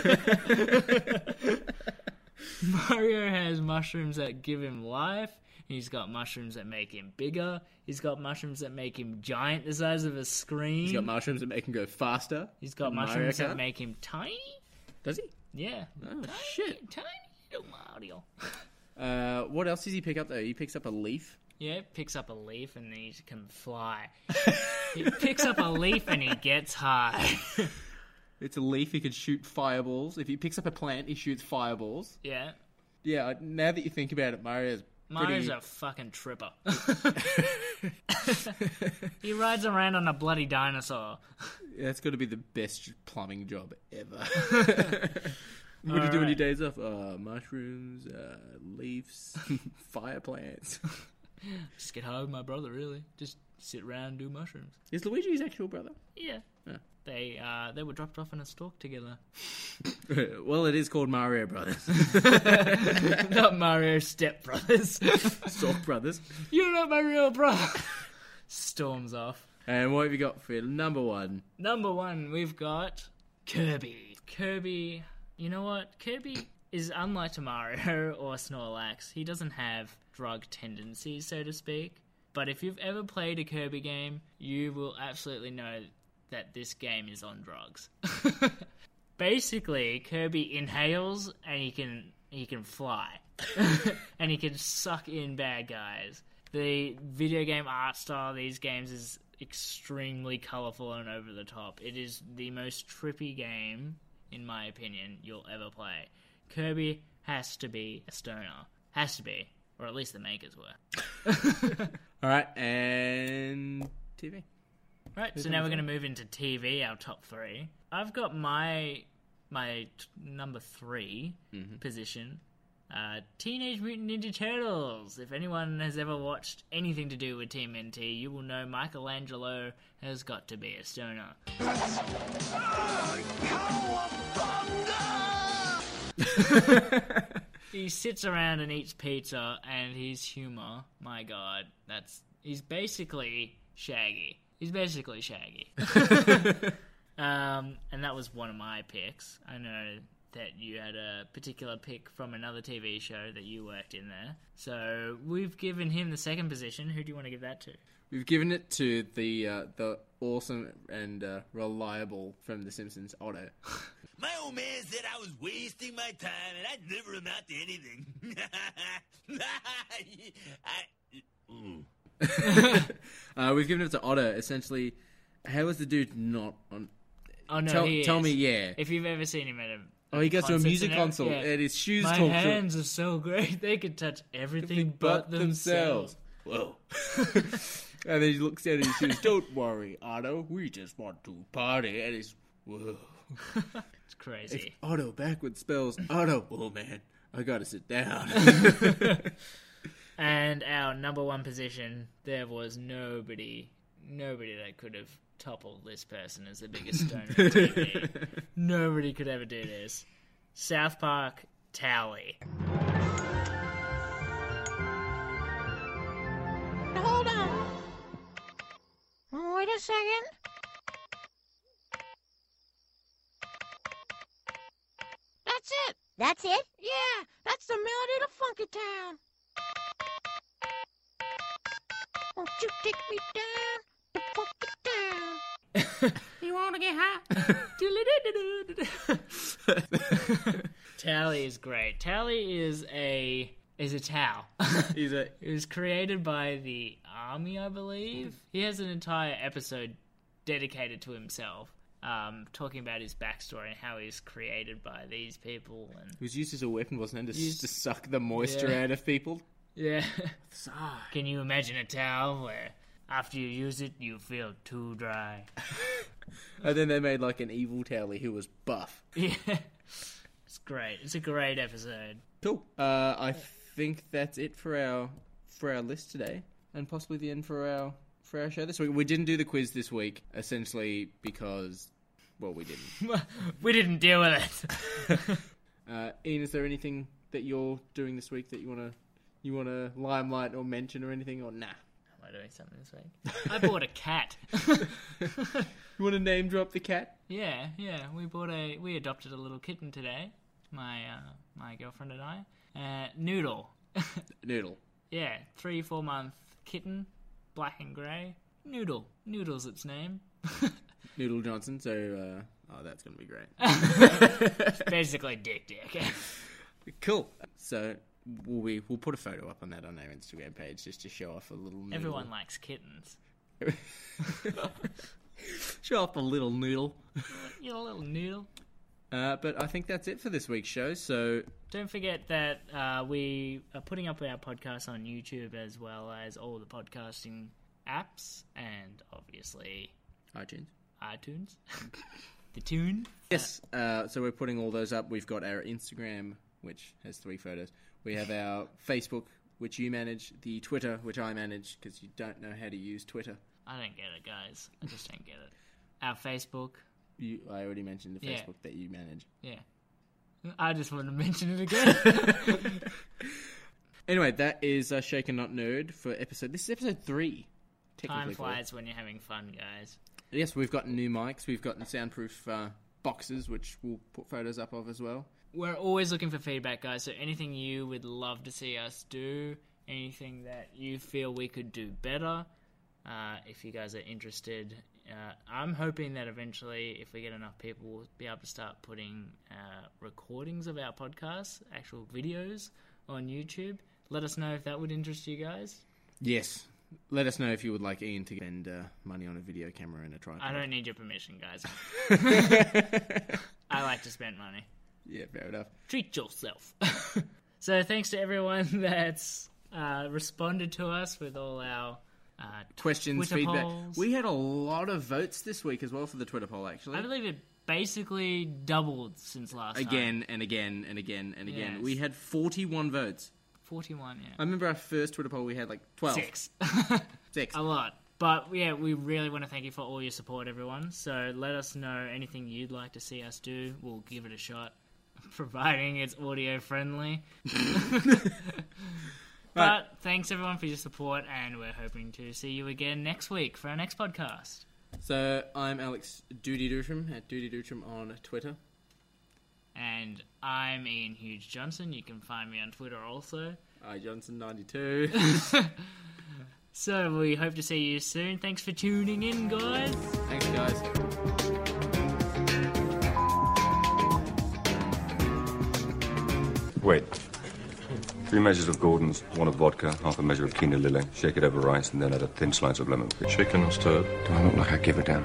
[SPEAKER 3] Mario has mushrooms that give him life. He's got mushrooms that make him bigger. He's got mushrooms that make him giant, the size of a screen.
[SPEAKER 4] He's got mushrooms that make him go faster.
[SPEAKER 3] He's got
[SPEAKER 4] Mario
[SPEAKER 3] mushrooms
[SPEAKER 4] Kart.
[SPEAKER 3] that make him tiny.
[SPEAKER 4] Does he?
[SPEAKER 3] Yeah.
[SPEAKER 4] Oh
[SPEAKER 3] tiny,
[SPEAKER 4] shit!
[SPEAKER 3] Tiny little Mario.
[SPEAKER 4] Uh, what else does he pick up though? He picks up a leaf.
[SPEAKER 3] Yeah, picks up a leaf and then he can fly. he picks up a leaf and he gets high.
[SPEAKER 4] It's a leaf. He can shoot fireballs. If he picks up a plant, he shoots fireballs.
[SPEAKER 3] Yeah.
[SPEAKER 4] Yeah. I- Now that you think about it, Mario's
[SPEAKER 3] Mario's
[SPEAKER 4] pretty...
[SPEAKER 3] a fucking tripper. he rides around on a bloody dinosaur.
[SPEAKER 4] That's got to be the best plumbing job ever. what do you do on your
[SPEAKER 3] Alright.
[SPEAKER 4] days off? Uh, mushrooms, uh, leaves, fire plants.
[SPEAKER 3] Just get high with my brother, really. Just sit around and do mushrooms.
[SPEAKER 4] Is Luigi his actual brother?
[SPEAKER 3] Yeah.
[SPEAKER 4] Yeah.
[SPEAKER 3] They uh, they were dropped off in a stalk together.
[SPEAKER 4] well, it is called Mario Brothers.
[SPEAKER 3] Not Mario Step Brothers.
[SPEAKER 4] Stalk Brothers.
[SPEAKER 3] You're not my real brother. Storms off.
[SPEAKER 4] And what have you got for number one?
[SPEAKER 3] Number one, we've got Kirby. Kirby, you know what? Kirby is unlike to Mario or Snorlax. He doesn't have drug tendencies, so to speak. But if you've ever played a Kirby game, you will absolutely know that this game is on drugs. Basically, Kirby inhales and he can he can fly, and he can suck in bad guys. The video game art style of these games is extremely colorful and over the top. It is the most trippy game, in my opinion, you'll ever play. Kirby has to be a stoner, has to be, or at least the makers were.
[SPEAKER 4] All right, and TV.
[SPEAKER 3] Right.
[SPEAKER 4] Who's
[SPEAKER 3] so now
[SPEAKER 4] number
[SPEAKER 3] we're going to
[SPEAKER 4] three?
[SPEAKER 3] move into TV, our top three. I've got my my t- number 3
[SPEAKER 4] Mhm.
[SPEAKER 3] position. Uh, Teenage Mutant Ninja Turtles. If anyone has ever watched anything to do with Team NT, you will know Michelangelo has got to be a stoner. he sits around and eats pizza, and his humor, my god, that's he's basically Shaggy. He's basically Shaggy. um, and that was one of my picks. I know that you had a particular pick from another TV show that you worked in there. So we've given him the second position. Who do you want to give that to?
[SPEAKER 4] We've given it to the uh, the awesome and uh, reliable from The Simpsons, Otto.
[SPEAKER 18] My old man said I was wasting my time and I'd never amount to anything. I,
[SPEAKER 4] uh, we've given it to Otto. Essentially, how is the dude not on?
[SPEAKER 3] Oh no,
[SPEAKER 4] tell,
[SPEAKER 3] he
[SPEAKER 4] tell
[SPEAKER 3] is.
[SPEAKER 4] me, yeah.
[SPEAKER 3] If you've ever seen him at a
[SPEAKER 4] Oh, he goes to a
[SPEAKER 3] concerts
[SPEAKER 4] music
[SPEAKER 3] and every-
[SPEAKER 4] console
[SPEAKER 3] yeah.
[SPEAKER 4] and his shoes
[SPEAKER 3] My
[SPEAKER 4] talk to him.
[SPEAKER 3] hands are so great; they could touch everything but, themselves.
[SPEAKER 4] Whoa. and then he looks down and he says, "Don't worry, Otto. We just want to party." And he's whoa.
[SPEAKER 3] It's crazy.
[SPEAKER 4] If Otto backward spells Otto. Oh man, I gotta sit down.
[SPEAKER 3] And our number one position, there was nobody, nobody that could have toppled this person as the biggest stoner on TV. Nobody could ever do this. South Park Tally.
[SPEAKER 19] Hold on. Wait a second. That's it. That's it? Yeah, that's the melody to Funky Town. Won't you take me down to Funky Town? you want to get high?
[SPEAKER 3] Tally is great. Tally is a is a Tao.
[SPEAKER 4] He's a
[SPEAKER 3] it was created by the army, I believe. He has an entire episode dedicated to himself, um, talking about his backstory and how he's created by these people. And
[SPEAKER 4] It was used as a weapon, wasn't it? To, s-
[SPEAKER 3] Used-
[SPEAKER 4] to suck the moisture
[SPEAKER 3] Yeah.
[SPEAKER 4] out of people.
[SPEAKER 3] yeah, can you imagine a towel where after you use it you feel too dry?
[SPEAKER 4] And then they made like an evil tally who was buff.
[SPEAKER 3] yeah, it's great. It's a great episode.
[SPEAKER 4] Cool. Uh, I think that's it for our for our list today, and possibly the end for our for our show this week. We didn't do the quiz this week, essentially because, well, we didn't.
[SPEAKER 3] We didn't deal with it.
[SPEAKER 4] uh, Ian, is there anything that you're doing this week that you wanna you wanna limelight or mention or anything or nah?
[SPEAKER 3] Am I doing something this week? I bought a cat.
[SPEAKER 4] You wanna name drop the cat?
[SPEAKER 3] Yeah, yeah. We bought a we adopted a little kitten today. My uh, my girlfriend and I. Uh, Noodle.
[SPEAKER 4] Noodle.
[SPEAKER 3] Yeah, three four month kitten, black and grey. Noodle. Noodle's its name.
[SPEAKER 4] Noodle Johnson. So, uh, oh, that's gonna be great.
[SPEAKER 3] It's basically Dick Dick.
[SPEAKER 4] Cool. So we'll we, we'll put a photo up on that on our Instagram page just to show off a little. Noodle.
[SPEAKER 3] Everyone likes kittens.
[SPEAKER 4] show off a little noodle.
[SPEAKER 3] You know, little noodle.
[SPEAKER 4] Uh, but I think that's it for this week's show. So
[SPEAKER 3] Don't forget that uh, we are putting up our podcast on YouTube as well as all the podcasting apps and obviously
[SPEAKER 4] iTunes.
[SPEAKER 3] iTunes. the tune.
[SPEAKER 4] Yes. Uh, so we're putting all those up. We've got our Instagram, which has three photos. We have our Facebook, which you manage. The Twitter, which I manage, because you don't know how to use Twitter.
[SPEAKER 3] I don't get it, guys. I just don't get it. Our Facebook.
[SPEAKER 4] You, I already mentioned the
[SPEAKER 3] Yeah.
[SPEAKER 4] Facebook that you manage.
[SPEAKER 3] Yeah. I just wanted to mention it again.
[SPEAKER 4] Anyway, that is uh, Shaken Not Nerd for episode. This is episode three.
[SPEAKER 3] Time
[SPEAKER 4] Technically, four.
[SPEAKER 3] flies when you're having fun, guys.
[SPEAKER 4] Yes, we've got new mics. We've gotten soundproof uh, boxes, which we'll put photos up of as well.
[SPEAKER 3] We're always looking for feedback, guys. So anything you would love to see us do, anything that you feel we could do better, uh, if you guys are interested, uh, I'm hoping that eventually, if we get enough people, we'll be able to start putting uh, recordings of our podcasts, actual videos on YouTube. Let us know if that would interest you guys.
[SPEAKER 4] Yes. Let us know if you would like Ian to spend uh, money on a video camera and a tripod.
[SPEAKER 3] I don't need your permission, guys. I like to spend money.
[SPEAKER 4] Yeah, fair enough.
[SPEAKER 3] Treat yourself. so thanks to everyone that's uh, responded to us with all our uh,
[SPEAKER 4] Questions,
[SPEAKER 3] Twitter
[SPEAKER 4] feedback.
[SPEAKER 3] polls.
[SPEAKER 4] We had a lot of votes this week as well for the Twitter poll, actually.
[SPEAKER 3] I believe it basically doubled since last time.
[SPEAKER 4] again and again and again and again.
[SPEAKER 3] Yes.
[SPEAKER 4] We had 41 votes.
[SPEAKER 3] 41, yeah.
[SPEAKER 4] I remember our first Twitter poll, we had like 12.
[SPEAKER 3] Six.
[SPEAKER 4] Six.
[SPEAKER 3] A lot. But yeah, we really want to thank you for all your support, everyone. So let us know anything you'd like to see us do. We'll give it a shot, providing it's audio friendly. but thanks, everyone, for your support, and we're hoping to see you again next week for our next podcast.
[SPEAKER 4] So I'm Alex Doody Dutram at Doody Dutram on Twitter.
[SPEAKER 3] And I'm Ian Hughes Johnson. You can find me on Twitter also.
[SPEAKER 4] I Johnson92.
[SPEAKER 3] So we hope to see you soon. Thanks for tuning in, guys.
[SPEAKER 4] Thanks, guys.
[SPEAKER 20] Wait. Three measures of Gordon's, one of vodka, half a measure of quinoa lily. Shake it over rice, and then add a thin slice of lemon. Shaken or stirred? Do I look like I give a damn?